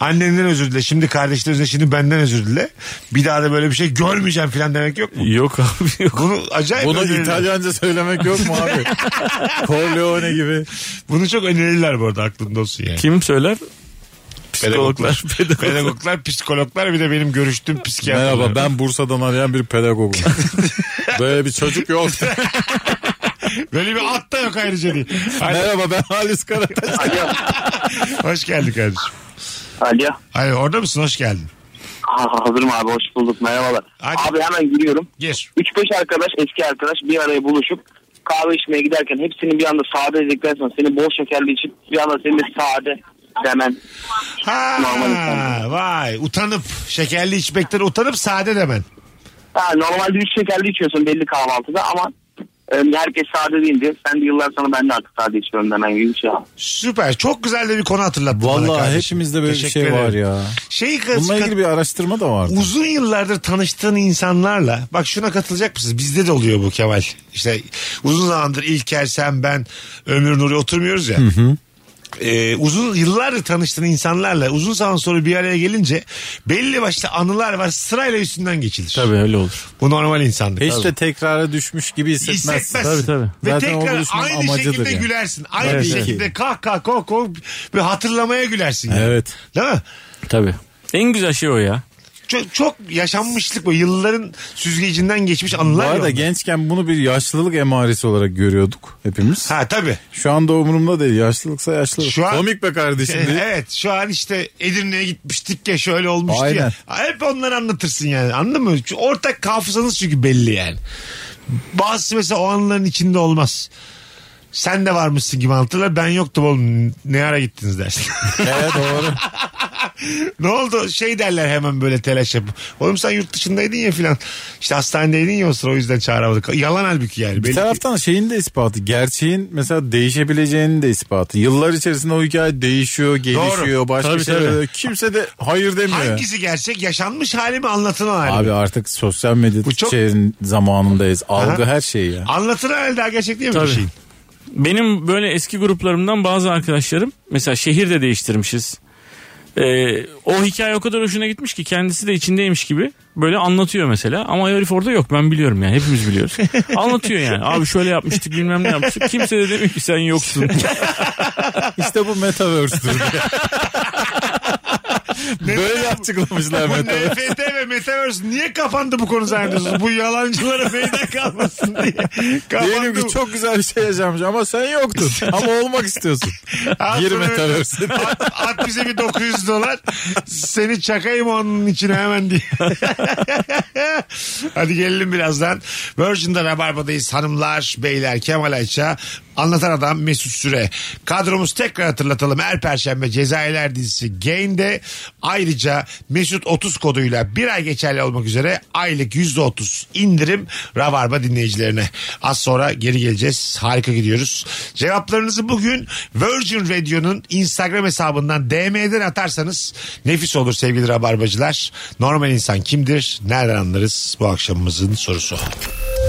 [SPEAKER 3] Annenden özür dile. Şimdi kardeşten özür dile. Şimdi benden özür dile. Bir daha da böyle bir şey görmeyeceğim falan demek yok mu?
[SPEAKER 5] Yok abi yok.
[SPEAKER 3] Bunu acayip
[SPEAKER 4] Bunu
[SPEAKER 3] önerirler.
[SPEAKER 4] İtalyanca söylemek yok mu abi? Corleone gibi.
[SPEAKER 3] Bunu çok önerirler bu arada aklında olsun yani.
[SPEAKER 5] Kim söyler? Psikologlar. Pedagog.
[SPEAKER 3] Pedagoglar, psikologlar bir de benim görüştüğüm psikiyatrlar.
[SPEAKER 4] Merhaba ben Bursa'dan arayan bir pedagogum. Böyle bir çocuk yok.
[SPEAKER 3] Böyle bir at da yok ayrıca değil. Hadi,
[SPEAKER 4] Merhaba ben Halis Karataş.
[SPEAKER 9] Alo.
[SPEAKER 3] hoş geldin kardeşim.
[SPEAKER 9] Alo.
[SPEAKER 3] Hayır orada mısın? Hoş geldin.
[SPEAKER 9] Aa, hazırım abi hoş bulduk merhabalar.
[SPEAKER 3] Hadi.
[SPEAKER 9] Abi hemen giriyorum.
[SPEAKER 3] Gir.
[SPEAKER 9] 3-5 arkadaş eski arkadaş bir araya buluşup kahve içmeye giderken hepsinin bir anda sade dedikten sonra seni bol şekerli içip bir anda seni de sade demen. Normal
[SPEAKER 3] Ha,
[SPEAKER 9] insan.
[SPEAKER 3] vay utanıp şekerli içmekten utanıp sade demen.
[SPEAKER 9] Ha, normalde 3 şekerli içiyorsun belli kahvaltıda ama e, herkes sade deyince sen de yıllar sonra ben de artık sade içiyorum demen gibi bir şey abi.
[SPEAKER 3] Süper. Çok güzel de bir konu hatırlattın bana
[SPEAKER 4] Vallahi
[SPEAKER 3] kardeşim.
[SPEAKER 4] hepimizde böyle bir
[SPEAKER 3] Teşekkür
[SPEAKER 4] şey var
[SPEAKER 3] ederim.
[SPEAKER 4] ya.
[SPEAKER 3] Şeyi kız-
[SPEAKER 4] Bununla ilgili bir araştırma da vardı.
[SPEAKER 3] uzun yıllardır tanıştığın insanlarla bak şuna katılacak mısınız? Bizde de oluyor bu Kemal. İşte uzun zamandır İlker sen ben Ömür Nuri oturmuyoruz ya. Ee, uzun yıllardır tanıştığın insanlarla uzun zaman sonra bir araya gelince belli başlı anılar var sırayla üstünden geçilir.
[SPEAKER 5] Tabii öyle olur.
[SPEAKER 3] Bu normal insanlık.
[SPEAKER 4] Hiç de tekrara düşmüş gibi hissetmezsin.
[SPEAKER 3] Hissetmezsin.
[SPEAKER 5] Tabii, tabii.
[SPEAKER 3] Ve
[SPEAKER 4] Zaten o
[SPEAKER 3] tekrar
[SPEAKER 4] buluşmanın
[SPEAKER 3] aynı
[SPEAKER 4] amacıdır
[SPEAKER 3] şekilde
[SPEAKER 4] yani.
[SPEAKER 3] gülersin. Aynı
[SPEAKER 5] Evet,
[SPEAKER 3] şekilde kah kah kok kok ve hatırlamaya gülersin. yani.
[SPEAKER 4] Evet.
[SPEAKER 3] Değil mi?
[SPEAKER 5] Tabii. En güzel şey o ya.
[SPEAKER 3] Çok, çok yaşanmışlık bu. Yılların süzgecinden geçmiş
[SPEAKER 4] Bu
[SPEAKER 3] anılar. ya
[SPEAKER 4] arada
[SPEAKER 3] onlar.
[SPEAKER 4] gençken bunu bir yaşlılık emaresi olarak görüyorduk hepimiz.
[SPEAKER 3] Ha tabii.
[SPEAKER 4] Şu anda umurumda değil. Yaşlılıksa yaşlılık.
[SPEAKER 3] Şu an-
[SPEAKER 4] Komik be kardeşim diye.
[SPEAKER 3] Şey, Evet şu an işte Edirne'ye gitmiştik ya şöyle olmuştu
[SPEAKER 4] Aynen.
[SPEAKER 3] ya. Hep onları anlatırsın yani anladın mı? Çünkü Ortak hafızanız çünkü belli yani. Bazısı mesela o anların içinde olmaz. Sen de varmışsın gibi anlatırlar. Ben yoktum oğlum. Ne ara gittiniz dersin.
[SPEAKER 4] Evet doğru.
[SPEAKER 3] ne oldu? Şey derler hemen böyle telaş yapıp. Oğlum sen yurt dışındaydın ya filan. İşte hastanedeydin ya o sıra o yüzden çağıramadık. Yalan halbuki yani.
[SPEAKER 4] Bir
[SPEAKER 3] Belli-
[SPEAKER 4] taraftan şeyin de ispatı. Gerçeğin mesela değişebileceğinin de ispatı. Yıllar içerisinde o hikaye değişiyor, gelişiyor. Başka
[SPEAKER 5] Tabii,
[SPEAKER 4] şeyler.
[SPEAKER 5] tabii.
[SPEAKER 4] Kimse de hayır demiyor.
[SPEAKER 3] Hangisi gerçek? Yaşanmış hali mi anlatılan hali mi?
[SPEAKER 4] Abi artık sosyal medya
[SPEAKER 3] Bu çok-
[SPEAKER 4] şeyin zamanındayız. Algı her şey ya.
[SPEAKER 3] Anlatılan hali daha gerçek değil mi bir
[SPEAKER 5] Tabii. Şey.
[SPEAKER 3] şeyin?
[SPEAKER 5] Benim böyle eski gruplarımdan bazı arkadaşlarım mesela şehir de değiştirmişiz. Ee, o hikaye o kadar hoşuna gitmiş ki kendisi de içindeymiş gibi böyle anlatıyor mesela ama herif orada yok ben biliyorum yani hepimiz biliyoruz. anlatıyor yani abi şöyle yapmıştık bilmem ne yapmıştık kimse de demiyor ki sen yoksun.
[SPEAKER 4] İşte bu metaverse'dür. Böyle açıklamışlar
[SPEAKER 3] Bu
[SPEAKER 4] metaverse.
[SPEAKER 3] NFT ve Metaverse niye kapandı bu konu zannediyorsunuz? Bu yalancılara meydan kalmasın diye.
[SPEAKER 4] Diyelim
[SPEAKER 3] Kapandı.
[SPEAKER 4] ki çok güzel bir şey yaşanmış ama sen yoktun. ama olmak istiyorsun.
[SPEAKER 3] Al
[SPEAKER 4] Gir
[SPEAKER 3] sana-
[SPEAKER 4] metaverse.
[SPEAKER 3] At, at bize bir 900 dolar. Seni çakayım onun içine hemen diye. Hadi gelelim birazdan. Virgin'de Rabarba'dayız hanımlar, beyler, Kemal Ayça, Anlatan Adam Mesut Süre. Kadromuz tekrar hatırlatalım. Her Perşembe Cezayirler dizisi Gain'de ayrıca Mesut 30 koduyla bir ay geçerli olmak üzere aylık %30 indirim Rabarba dinleyicilerine. Az sonra geri geleceğiz. Harika gidiyoruz. Cevaplarınızı bugün Virgin Radio'nun Instagram hesabından DM'den atarsanız nefis olur sevgili Rabarbacılar. Normal insan kimdir? Nereden anlarız? Bu akşamımızın sorusu.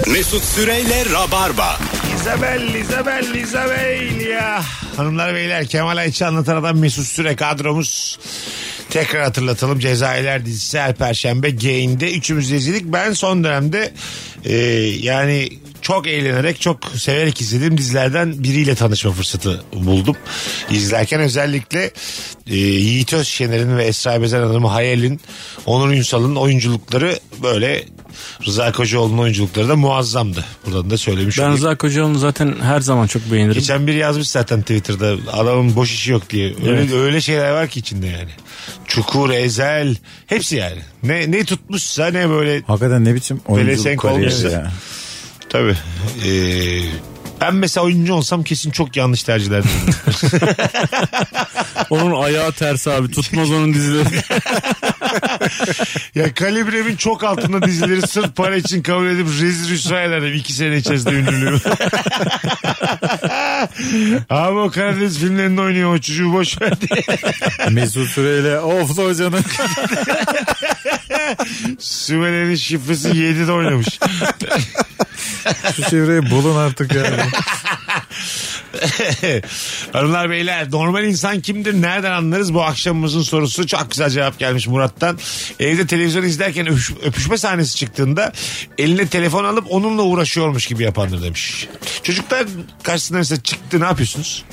[SPEAKER 2] Mesut Süreyle Rabarba.
[SPEAKER 3] Isabel, Isabel, Isabel ya. Hanımlar beyler Kemal Ayça anlatan adam Mesut Süre kadromuz. Tekrar hatırlatalım Cezayirler dizisi her perşembe Gain'de üçümüz de izledik. Ben son dönemde e, yani çok eğlenerek çok severek izlediğim dizilerden biriyle tanışma fırsatı buldum. İzlerken özellikle e, Yiğit Özşener'in ve Esra Bezen Hanım'ı Hayal'in Onur Ünsal'ın oyunculukları böyle Rıza Kocaoğlu'nun oyunculukları da muazzamdı. Buradan da söylemiş
[SPEAKER 5] ben
[SPEAKER 3] olayım.
[SPEAKER 5] Rıza Kocaoğlu'nu zaten her zaman çok beğenirim.
[SPEAKER 3] Geçen biri yazmış zaten Twitter'da adamın boş işi yok diye. Öyle
[SPEAKER 5] Evet.
[SPEAKER 3] öyle şeyler var ki içinde yani. Çukur, Ezel hepsi yani. Ne ne tutmuşsa ne böyle
[SPEAKER 4] Hakikaten ne biçim oyunculuk
[SPEAKER 3] Belesenko olmuşsun.
[SPEAKER 4] kariyeri ya.
[SPEAKER 3] tabii. Ee, ben mesela oyuncu olsam kesin çok yanlış tercihlerdim.
[SPEAKER 5] Onun ayağı ters abi. Tutmaz onun dizileri.
[SPEAKER 3] Ya kalibremin çok altında dizileri sırf para için kabul edip rezil rüsva ederim. iki sene içerisinde ünlülüğüm. Abi o Karadeniz filmlerinde oynuyor o çocuğu boş ver diye.
[SPEAKER 4] Mesut Süreyle of da hocanın.
[SPEAKER 3] Sümene'nin şifresi 7'de oynamış.
[SPEAKER 4] Şu çevreyi bulun artık ya.
[SPEAKER 3] Hanımlar beyler normal insan kimdir nereden anlarız bu akşamımızın sorusu çok güzel cevap gelmiş Murat'tan. Evde televizyon izlerken öpüş- öpüşme sahnesi çıktığında eline telefon alıp onunla uğraşıyormuş gibi yapandır demiş. Çocuklar karşısına mesela çıktı ne yapıyorsunuz?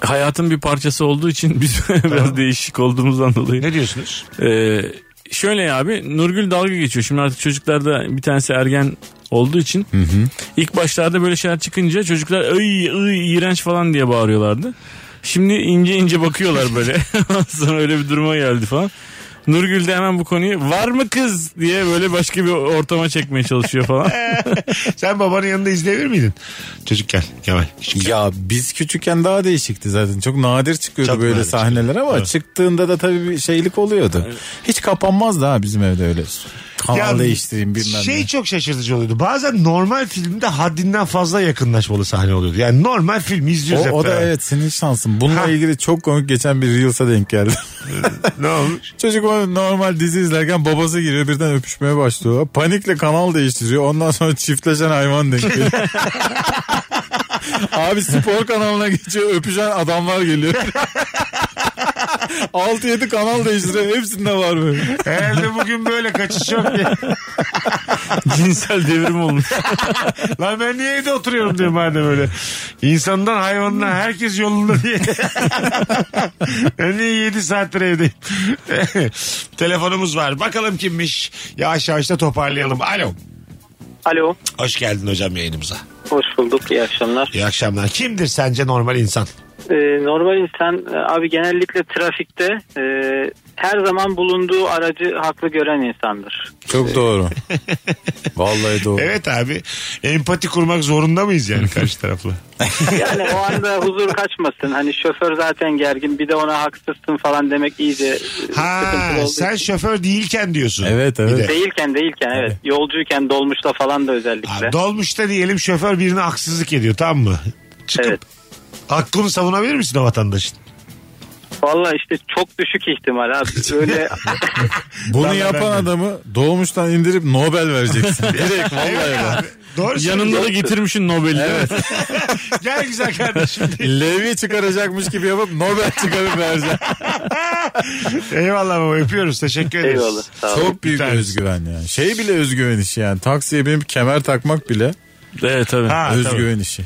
[SPEAKER 5] Hayatın bir parçası olduğu için biz biraz değişik olduğumuzdan dolayı.
[SPEAKER 3] Ne diyorsunuz?
[SPEAKER 5] Ee, şöyle ya abi Nurgül dalga geçiyor. Şimdi artık çocuklarda bir tanesi ergen olduğu için ilk başlarda böyle şeyler çıkınca çocuklar ay ay iğrenç falan diye bağırıyorlardı. Şimdi ince ince bakıyorlar böyle. Ondan Sonra öyle bir duruma geldi falan. Nurgül de hemen bu konuyu var mı kız diye böyle başka bir ortama çekmeye çalışıyor falan.
[SPEAKER 3] Sen babanın yanında izleyebilir miydin? Çocukken Kemal. Küçükken.
[SPEAKER 4] ya biz küçükken daha değişikti zaten. Çok nadir çıkıyordu
[SPEAKER 3] Çok
[SPEAKER 4] böyle
[SPEAKER 3] nadir
[SPEAKER 4] sahneler ama çıktığında da tabii bir şeylik oluyordu. Hiç kapanmazdı ha bizim evde öyle. Kanal
[SPEAKER 3] Ya
[SPEAKER 4] değiştireyim bilmem
[SPEAKER 3] Şey
[SPEAKER 4] ne.
[SPEAKER 3] çok şaşırtıcı oluyordu. Bazen normal filmde haddinden fazla yakınlaşmalı sahne oluyordu. Yani normal film izliyoruz
[SPEAKER 4] O,
[SPEAKER 3] hep
[SPEAKER 4] o da
[SPEAKER 3] beraber.
[SPEAKER 4] evet senin şansın. Bununla
[SPEAKER 3] Ha.
[SPEAKER 4] ilgili çok komik geçen bir Reels'a denk geldi.
[SPEAKER 3] Ne olmuş?
[SPEAKER 4] Çocuk o normal dizi izlerken babası giriyor birden öpüşmeye başlıyor. Panikle kanal değiştiriyor. Ondan sonra çiftleşen hayvan denk geliyor. Abi spor kanalına geçiyor öpüşen adamlar geliyor. 6-7 kanal değiştiriyor. Hepsinde var böyle.
[SPEAKER 3] Herhalde bugün böyle kaçış yok diye.
[SPEAKER 5] Cinsel devrim olmuş.
[SPEAKER 3] Lan ben niye evde oturuyorum diye madem öyle. İnsandan hayvandan herkes yolunda diye. ben niye 7 saattir evdeyim. Telefonumuz var. Bakalım kimmiş. Yavaş yavaş da toparlayalım. Alo.
[SPEAKER 9] Alo.
[SPEAKER 3] Hoş geldin hocam yayınımıza.
[SPEAKER 9] Hoş bulduk. İyi akşamlar.
[SPEAKER 3] İyi akşamlar. Kimdir sence normal insan?
[SPEAKER 9] Ee, normal insan e, abi genellikle trafikte e, her zaman bulunduğu aracı haklı gören insandır.
[SPEAKER 4] Çok doğru. Vallahi doğru.
[SPEAKER 3] Evet abi. Empati kurmak zorunda mıyız yani karşı tarafla?
[SPEAKER 9] Yani o anda huzur kaçmasın. Hani şoför zaten gergin bir de ona haksızsın falan demek iyice e,
[SPEAKER 3] Ha
[SPEAKER 9] sıkıntılı olduğu
[SPEAKER 3] sen
[SPEAKER 9] için.
[SPEAKER 3] şoför değilken diyorsun.
[SPEAKER 4] Evet, evet.
[SPEAKER 3] Bir de.
[SPEAKER 9] Değilken değilken evet. Yolcuyken dolmuşta falan da özellikle.
[SPEAKER 3] Ha, dolmuşta diyelim şoför birine haksızlık ediyor tamam mı? Çıkıp
[SPEAKER 9] Evet.
[SPEAKER 3] hakkını savunabilir misin o vatandaşın?
[SPEAKER 9] Valla işte çok düşük ihtimal abi. Öyle
[SPEAKER 4] Bunu
[SPEAKER 3] Vallahi
[SPEAKER 4] yapan
[SPEAKER 3] ben de.
[SPEAKER 4] adamı doğmuştan indirip Nobel vereceksin. Direkt vallahi
[SPEAKER 3] Evet
[SPEAKER 4] bak.
[SPEAKER 3] abi, Doğru
[SPEAKER 5] Yanında da getirmişin Nobel'i. Evet.
[SPEAKER 3] söylüyorsun. Gel güzel kardeşim.
[SPEAKER 4] Levye çıkaracakmış gibi yapıp Nobel çıkarıp vereceksin.
[SPEAKER 3] Eyvallah baba öpüyoruz. Teşekkür ederiz.
[SPEAKER 9] eyvallah. Sağ olun.
[SPEAKER 4] Çok büyük
[SPEAKER 3] tanesi.
[SPEAKER 4] özgüven yani. Şey bile özgüven işi yani. Taksiye binip kemer takmak bile
[SPEAKER 5] evet tabii.
[SPEAKER 3] Ha,
[SPEAKER 4] özgüven işi.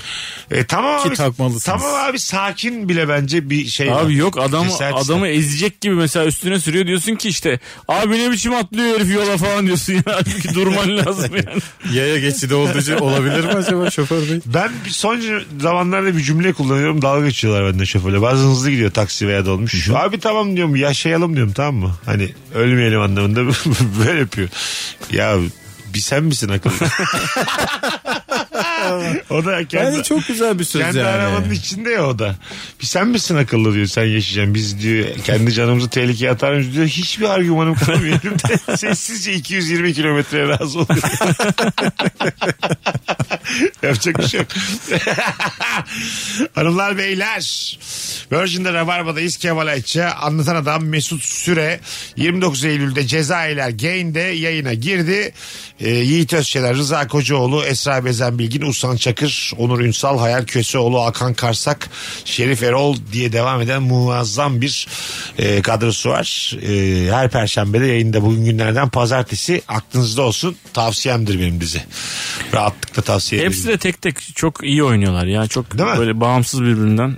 [SPEAKER 3] tabii. E, tamam
[SPEAKER 4] Ki
[SPEAKER 3] abi.
[SPEAKER 4] takmalısınız.
[SPEAKER 3] Tamam abi sakin bile bence bir şey var.
[SPEAKER 5] Abi yok adamı
[SPEAKER 3] Cesaret
[SPEAKER 5] adamı ezecek gibi mesela üstüne sürüyor diyorsun ki işte abi ne biçim atlıyor herif yola falan diyorsun ya. Halbuki durman lazım yani.
[SPEAKER 4] Yaya geçidi olduğu için olabilir mi acaba şoför bey?
[SPEAKER 3] Ben bir son zamanlarda bir cümle kullanıyorum. Dalga geçiyorlar bende şoförle. Bazen hızlı gidiyor taksi veya dolmuş. Abi tamam diyorum yaşayalım diyorum tamam mı? Hani ölmeyelim anlamında böyle yapıyor. Ya bir sen misin akıllı? o da kendi,
[SPEAKER 4] Yani çok güzel bir söz
[SPEAKER 3] kendi
[SPEAKER 4] yani.
[SPEAKER 3] arabanın içinde ya o da. Bir sen misin akıllı diyor sen yaşayacaksın. Biz diyor kendi canımızı tehlikeye atar mıyız diyor. Hiçbir argümanım kalmıyor. elimde. Sessizce 220 kilometreye razı oluyor. Yapacak bir şey yok. Hanımlar beyler. Virgin'de Rabarba'dayız. Kemal Ayça, anlatan adam Mesut Süre 29 Eylül'de Cezayirler Gain'de yayına girdi. Ee, Yiğit Özçeler, Rıza Kocaoğlu, Esra Bezen Bilgin, Usan Çakır, Onur Ünsal, Hayal Köseoğlu, Hakan Karsak, Şerif Erol diye devam eden muazzam bir e, kadrosu var. E, her perşembede yayında bugün günlerden pazartesi aklınızda olsun. Tavsiyemdir benim dizi. Rahatlıkla tavsiye ederim.
[SPEAKER 5] Hepsi de tek tek çok iyi oynuyorlar ya. Çok
[SPEAKER 3] Değil mi?
[SPEAKER 5] böyle bağımsız birbirinden.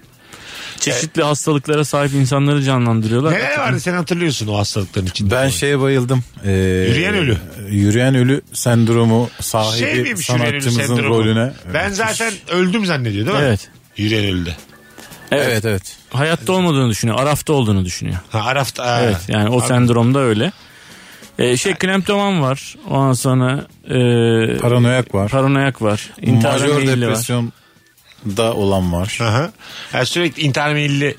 [SPEAKER 5] Çeşitli hastalıklara sahip insanları canlandırıyorlar.
[SPEAKER 3] Neler vardı sen hatırlıyorsun o hastalıkların içinde?
[SPEAKER 4] Ben
[SPEAKER 5] şey,
[SPEAKER 4] şeye bayıldım. Ee,
[SPEAKER 3] Yürüyen ölü.
[SPEAKER 4] Yürüyen ölü sendromu sahibi
[SPEAKER 3] şey miymiş yüreğin ölü
[SPEAKER 4] sanatçımızın
[SPEAKER 3] sendromu?
[SPEAKER 4] rolüne.
[SPEAKER 3] Ben zaten öldüm zannediyor değil mi?
[SPEAKER 5] Evet.
[SPEAKER 3] Yüreğin ölüde.
[SPEAKER 4] Evet evet.
[SPEAKER 5] Hayatta olmadığını düşünüyor. Arafta olduğunu düşünüyor.
[SPEAKER 3] Ha, Araf'ta. ha.
[SPEAKER 5] Evet yani o
[SPEAKER 3] Abi,
[SPEAKER 5] sendromda öyle. Ee, şey kleptoman var. Ondan sonra e,
[SPEAKER 4] Paranoyak var.
[SPEAKER 5] paranoyak var. İntihar
[SPEAKER 4] Majör
[SPEAKER 5] meyilli var.
[SPEAKER 4] depresyon da olan var.
[SPEAKER 3] Aha. Ha, sürekli intihar meyilli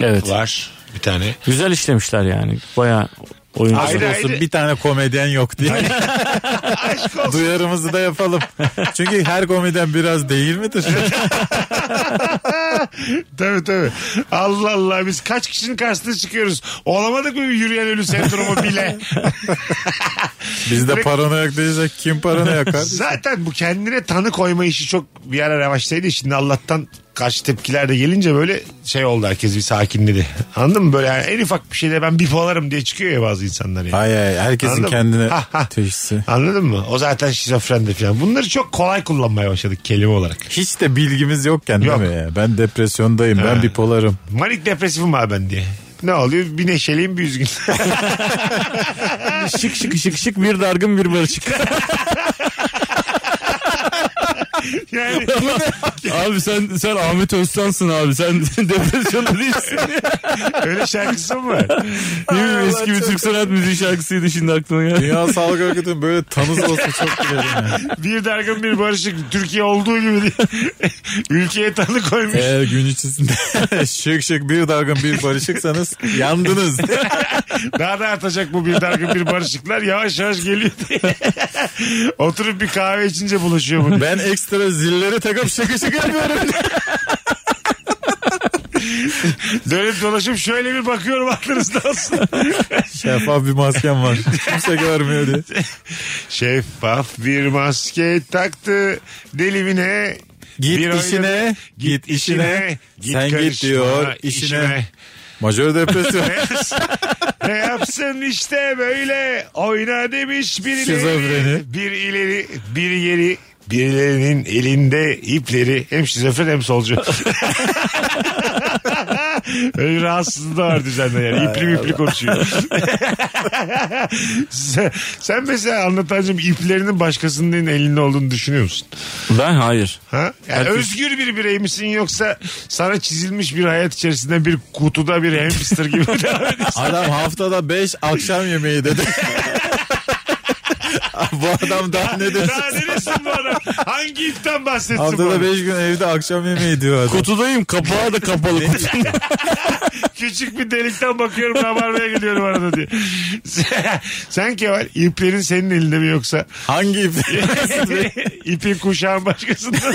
[SPEAKER 5] Evet.
[SPEAKER 3] var bir tane.
[SPEAKER 5] Güzel işlemişler yani. Baya oyuncu.
[SPEAKER 3] Ayrı
[SPEAKER 4] Aşk olsun
[SPEAKER 3] ayrı.
[SPEAKER 4] bir tane komedyen yok diye.
[SPEAKER 3] Aşk olsun.
[SPEAKER 4] Duyarımızı da yapalım. Çünkü her komedyen biraz değil midir?
[SPEAKER 3] tabii tabii. Allah Allah biz kaç kişinin karşısına çıkıyoruz. Olamadık mı bir yürüyen ölü sendromu bile?
[SPEAKER 4] Bizde paranoyak diyecek kim paranoyak kardeşim?
[SPEAKER 3] Zaten bu kendine tanı koyma işi çok bir ara revaçtaydı. Şimdi Allah'tan karşı tepkiler de gelince böyle şey oldu herkes bir sakinledi. Anladın mı? Böyle yani en ufak bir şeyde ben bipolarım diye çıkıyor ya bazı insanlar. Yani.
[SPEAKER 4] Ay ay herkesin
[SPEAKER 3] Anladım.
[SPEAKER 4] kendine
[SPEAKER 3] Ha, ha.
[SPEAKER 4] teşhisi.
[SPEAKER 3] Anladın mı? O zaten şizofrendi falan. Bunları çok kolay kullanmaya başladık kelime olarak.
[SPEAKER 4] Hiç de bilgimiz yokken
[SPEAKER 3] Yok.
[SPEAKER 4] değil mi? ya? Ben depresyondayım, ben
[SPEAKER 3] Ha.
[SPEAKER 4] bipolarım.
[SPEAKER 3] Manik depresifim abi ben diye. Ne oluyor? Bir neşeliyim bir üzgün.
[SPEAKER 5] Şık şık şık şık bir dargın bir barışık.
[SPEAKER 3] yani
[SPEAKER 5] abi sen sen Ahmet Öztansın abi. Sen depresyonda değilsin.
[SPEAKER 3] öyle şarkısı mı var?
[SPEAKER 5] Değil mi? Eski bir Türk sanat müziği şarkısıydı şimdi aklıma geldi.
[SPEAKER 4] Dünya Sağlık Örgütü'nün böyle tanız olsa çok gülerim. ya.
[SPEAKER 3] Bir dargın bir barışık Türkiye olduğu gibi diye. Ülkeye tanı koymuş.
[SPEAKER 4] Eğer gün içerisinde şık şık bir dargın bir barışıksanız yandınız.
[SPEAKER 3] Daha da artacak bu bir dargın bir barışıklar. Yavaş yavaş geliyor diye. Oturup bir kahve içince buluşuyor bu.
[SPEAKER 4] Ben ekstra zilleri takıp şıkı şıkı yapıyorum.
[SPEAKER 3] Dönüp dolaşıp şöyle bir bakıyorum aklınızda olsun.
[SPEAKER 4] Şeffaf bir maskem var. Kimse görmüyor diye.
[SPEAKER 3] Şeffaf bir maske taktı delimine.
[SPEAKER 4] Git
[SPEAKER 3] Bir
[SPEAKER 4] işine,
[SPEAKER 3] oyun-
[SPEAKER 4] git işine. Sen git
[SPEAKER 3] karışma
[SPEAKER 4] diyor işine. Majör depresyon.
[SPEAKER 3] ne yapsın işte böyle oyna demiş birileri.
[SPEAKER 4] Şizofreni.
[SPEAKER 3] Bir ileri bir geri birilerinin elinde ipleri hem şizofren hem solcu. Öyle bir rahatsızlığı da var düzende yani. İpli ipli konuşuyor. sen, sen mesela anlatancım iplerinin başkasının elinde olduğunu düşünüyor musun?
[SPEAKER 5] Ben hayır.
[SPEAKER 3] Ha? Yani
[SPEAKER 5] Herkes-
[SPEAKER 3] özgür bir birey misin yoksa sana çizilmiş bir hayat içerisinde bir kutuda bir hamster gibi mi devam ediyorsun?
[SPEAKER 4] Adam haftada 5 akşam yemeği dedi. bu adam daha ne desin?
[SPEAKER 3] Daha neresin bu adam? Hangi ipten bahsetsin bu
[SPEAKER 4] Haftada
[SPEAKER 3] adam?
[SPEAKER 4] 5 gün evde akşam yemeği diyor adam.
[SPEAKER 5] Kutudayım kapağı da kapalı.
[SPEAKER 3] Küçük bir delikten bakıyorum rabarbaya gidiyorum arada diye. Sen- Sen Kemal iplerin senin elinde mi yoksa?
[SPEAKER 4] Hangi ip?
[SPEAKER 3] İpin kuşağın başkasında mı?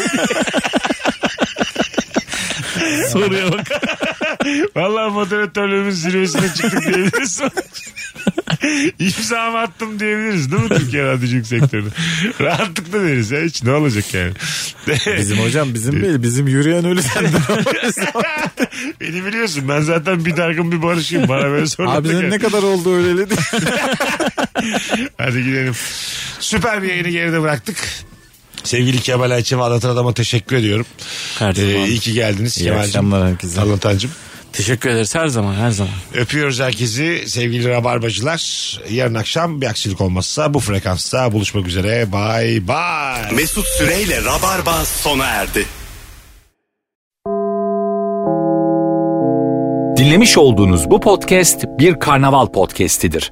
[SPEAKER 5] Soruya bak.
[SPEAKER 3] Valla moderatörlüğümün zirvesine çıktık diyebiliriz. İmzamı attım diyebiliriz değil mi Türkiye Radyoculuk sektörüne? Rahatlıkla deriz ya hiç ne olacak yani.
[SPEAKER 4] Bizim hocam bizim değil bizim yürüyen ölü sendromu.
[SPEAKER 3] Beni biliyorsun ben zaten bir dargın bir barışıyım bana böyle sorun.
[SPEAKER 4] Abi
[SPEAKER 3] yok.
[SPEAKER 4] senin ne kadar oldu öyleli değil.
[SPEAKER 3] Hadi gidelim. Süper bir yayını geride bıraktık. Sevgili Kemal Ayçem anlatan adama teşekkür ediyorum.
[SPEAKER 5] Her
[SPEAKER 3] Ee,
[SPEAKER 5] zaman.
[SPEAKER 3] iyi ki geldiniz
[SPEAKER 4] İyi
[SPEAKER 3] Kemal'cim.
[SPEAKER 4] akşamlar herkese.
[SPEAKER 3] Anlatancım.
[SPEAKER 5] Teşekkür ederiz her zaman her zaman.
[SPEAKER 3] Öpüyoruz herkesi sevgili rabarbacılar. Yarın akşam bir aksilik olmazsa bu frekansta buluşmak üzere. Bay bay.
[SPEAKER 2] Mesut Süreyle Rabarba sona erdi.
[SPEAKER 1] Dinlemiş olduğunuz bu podcast bir karnaval podcastidir.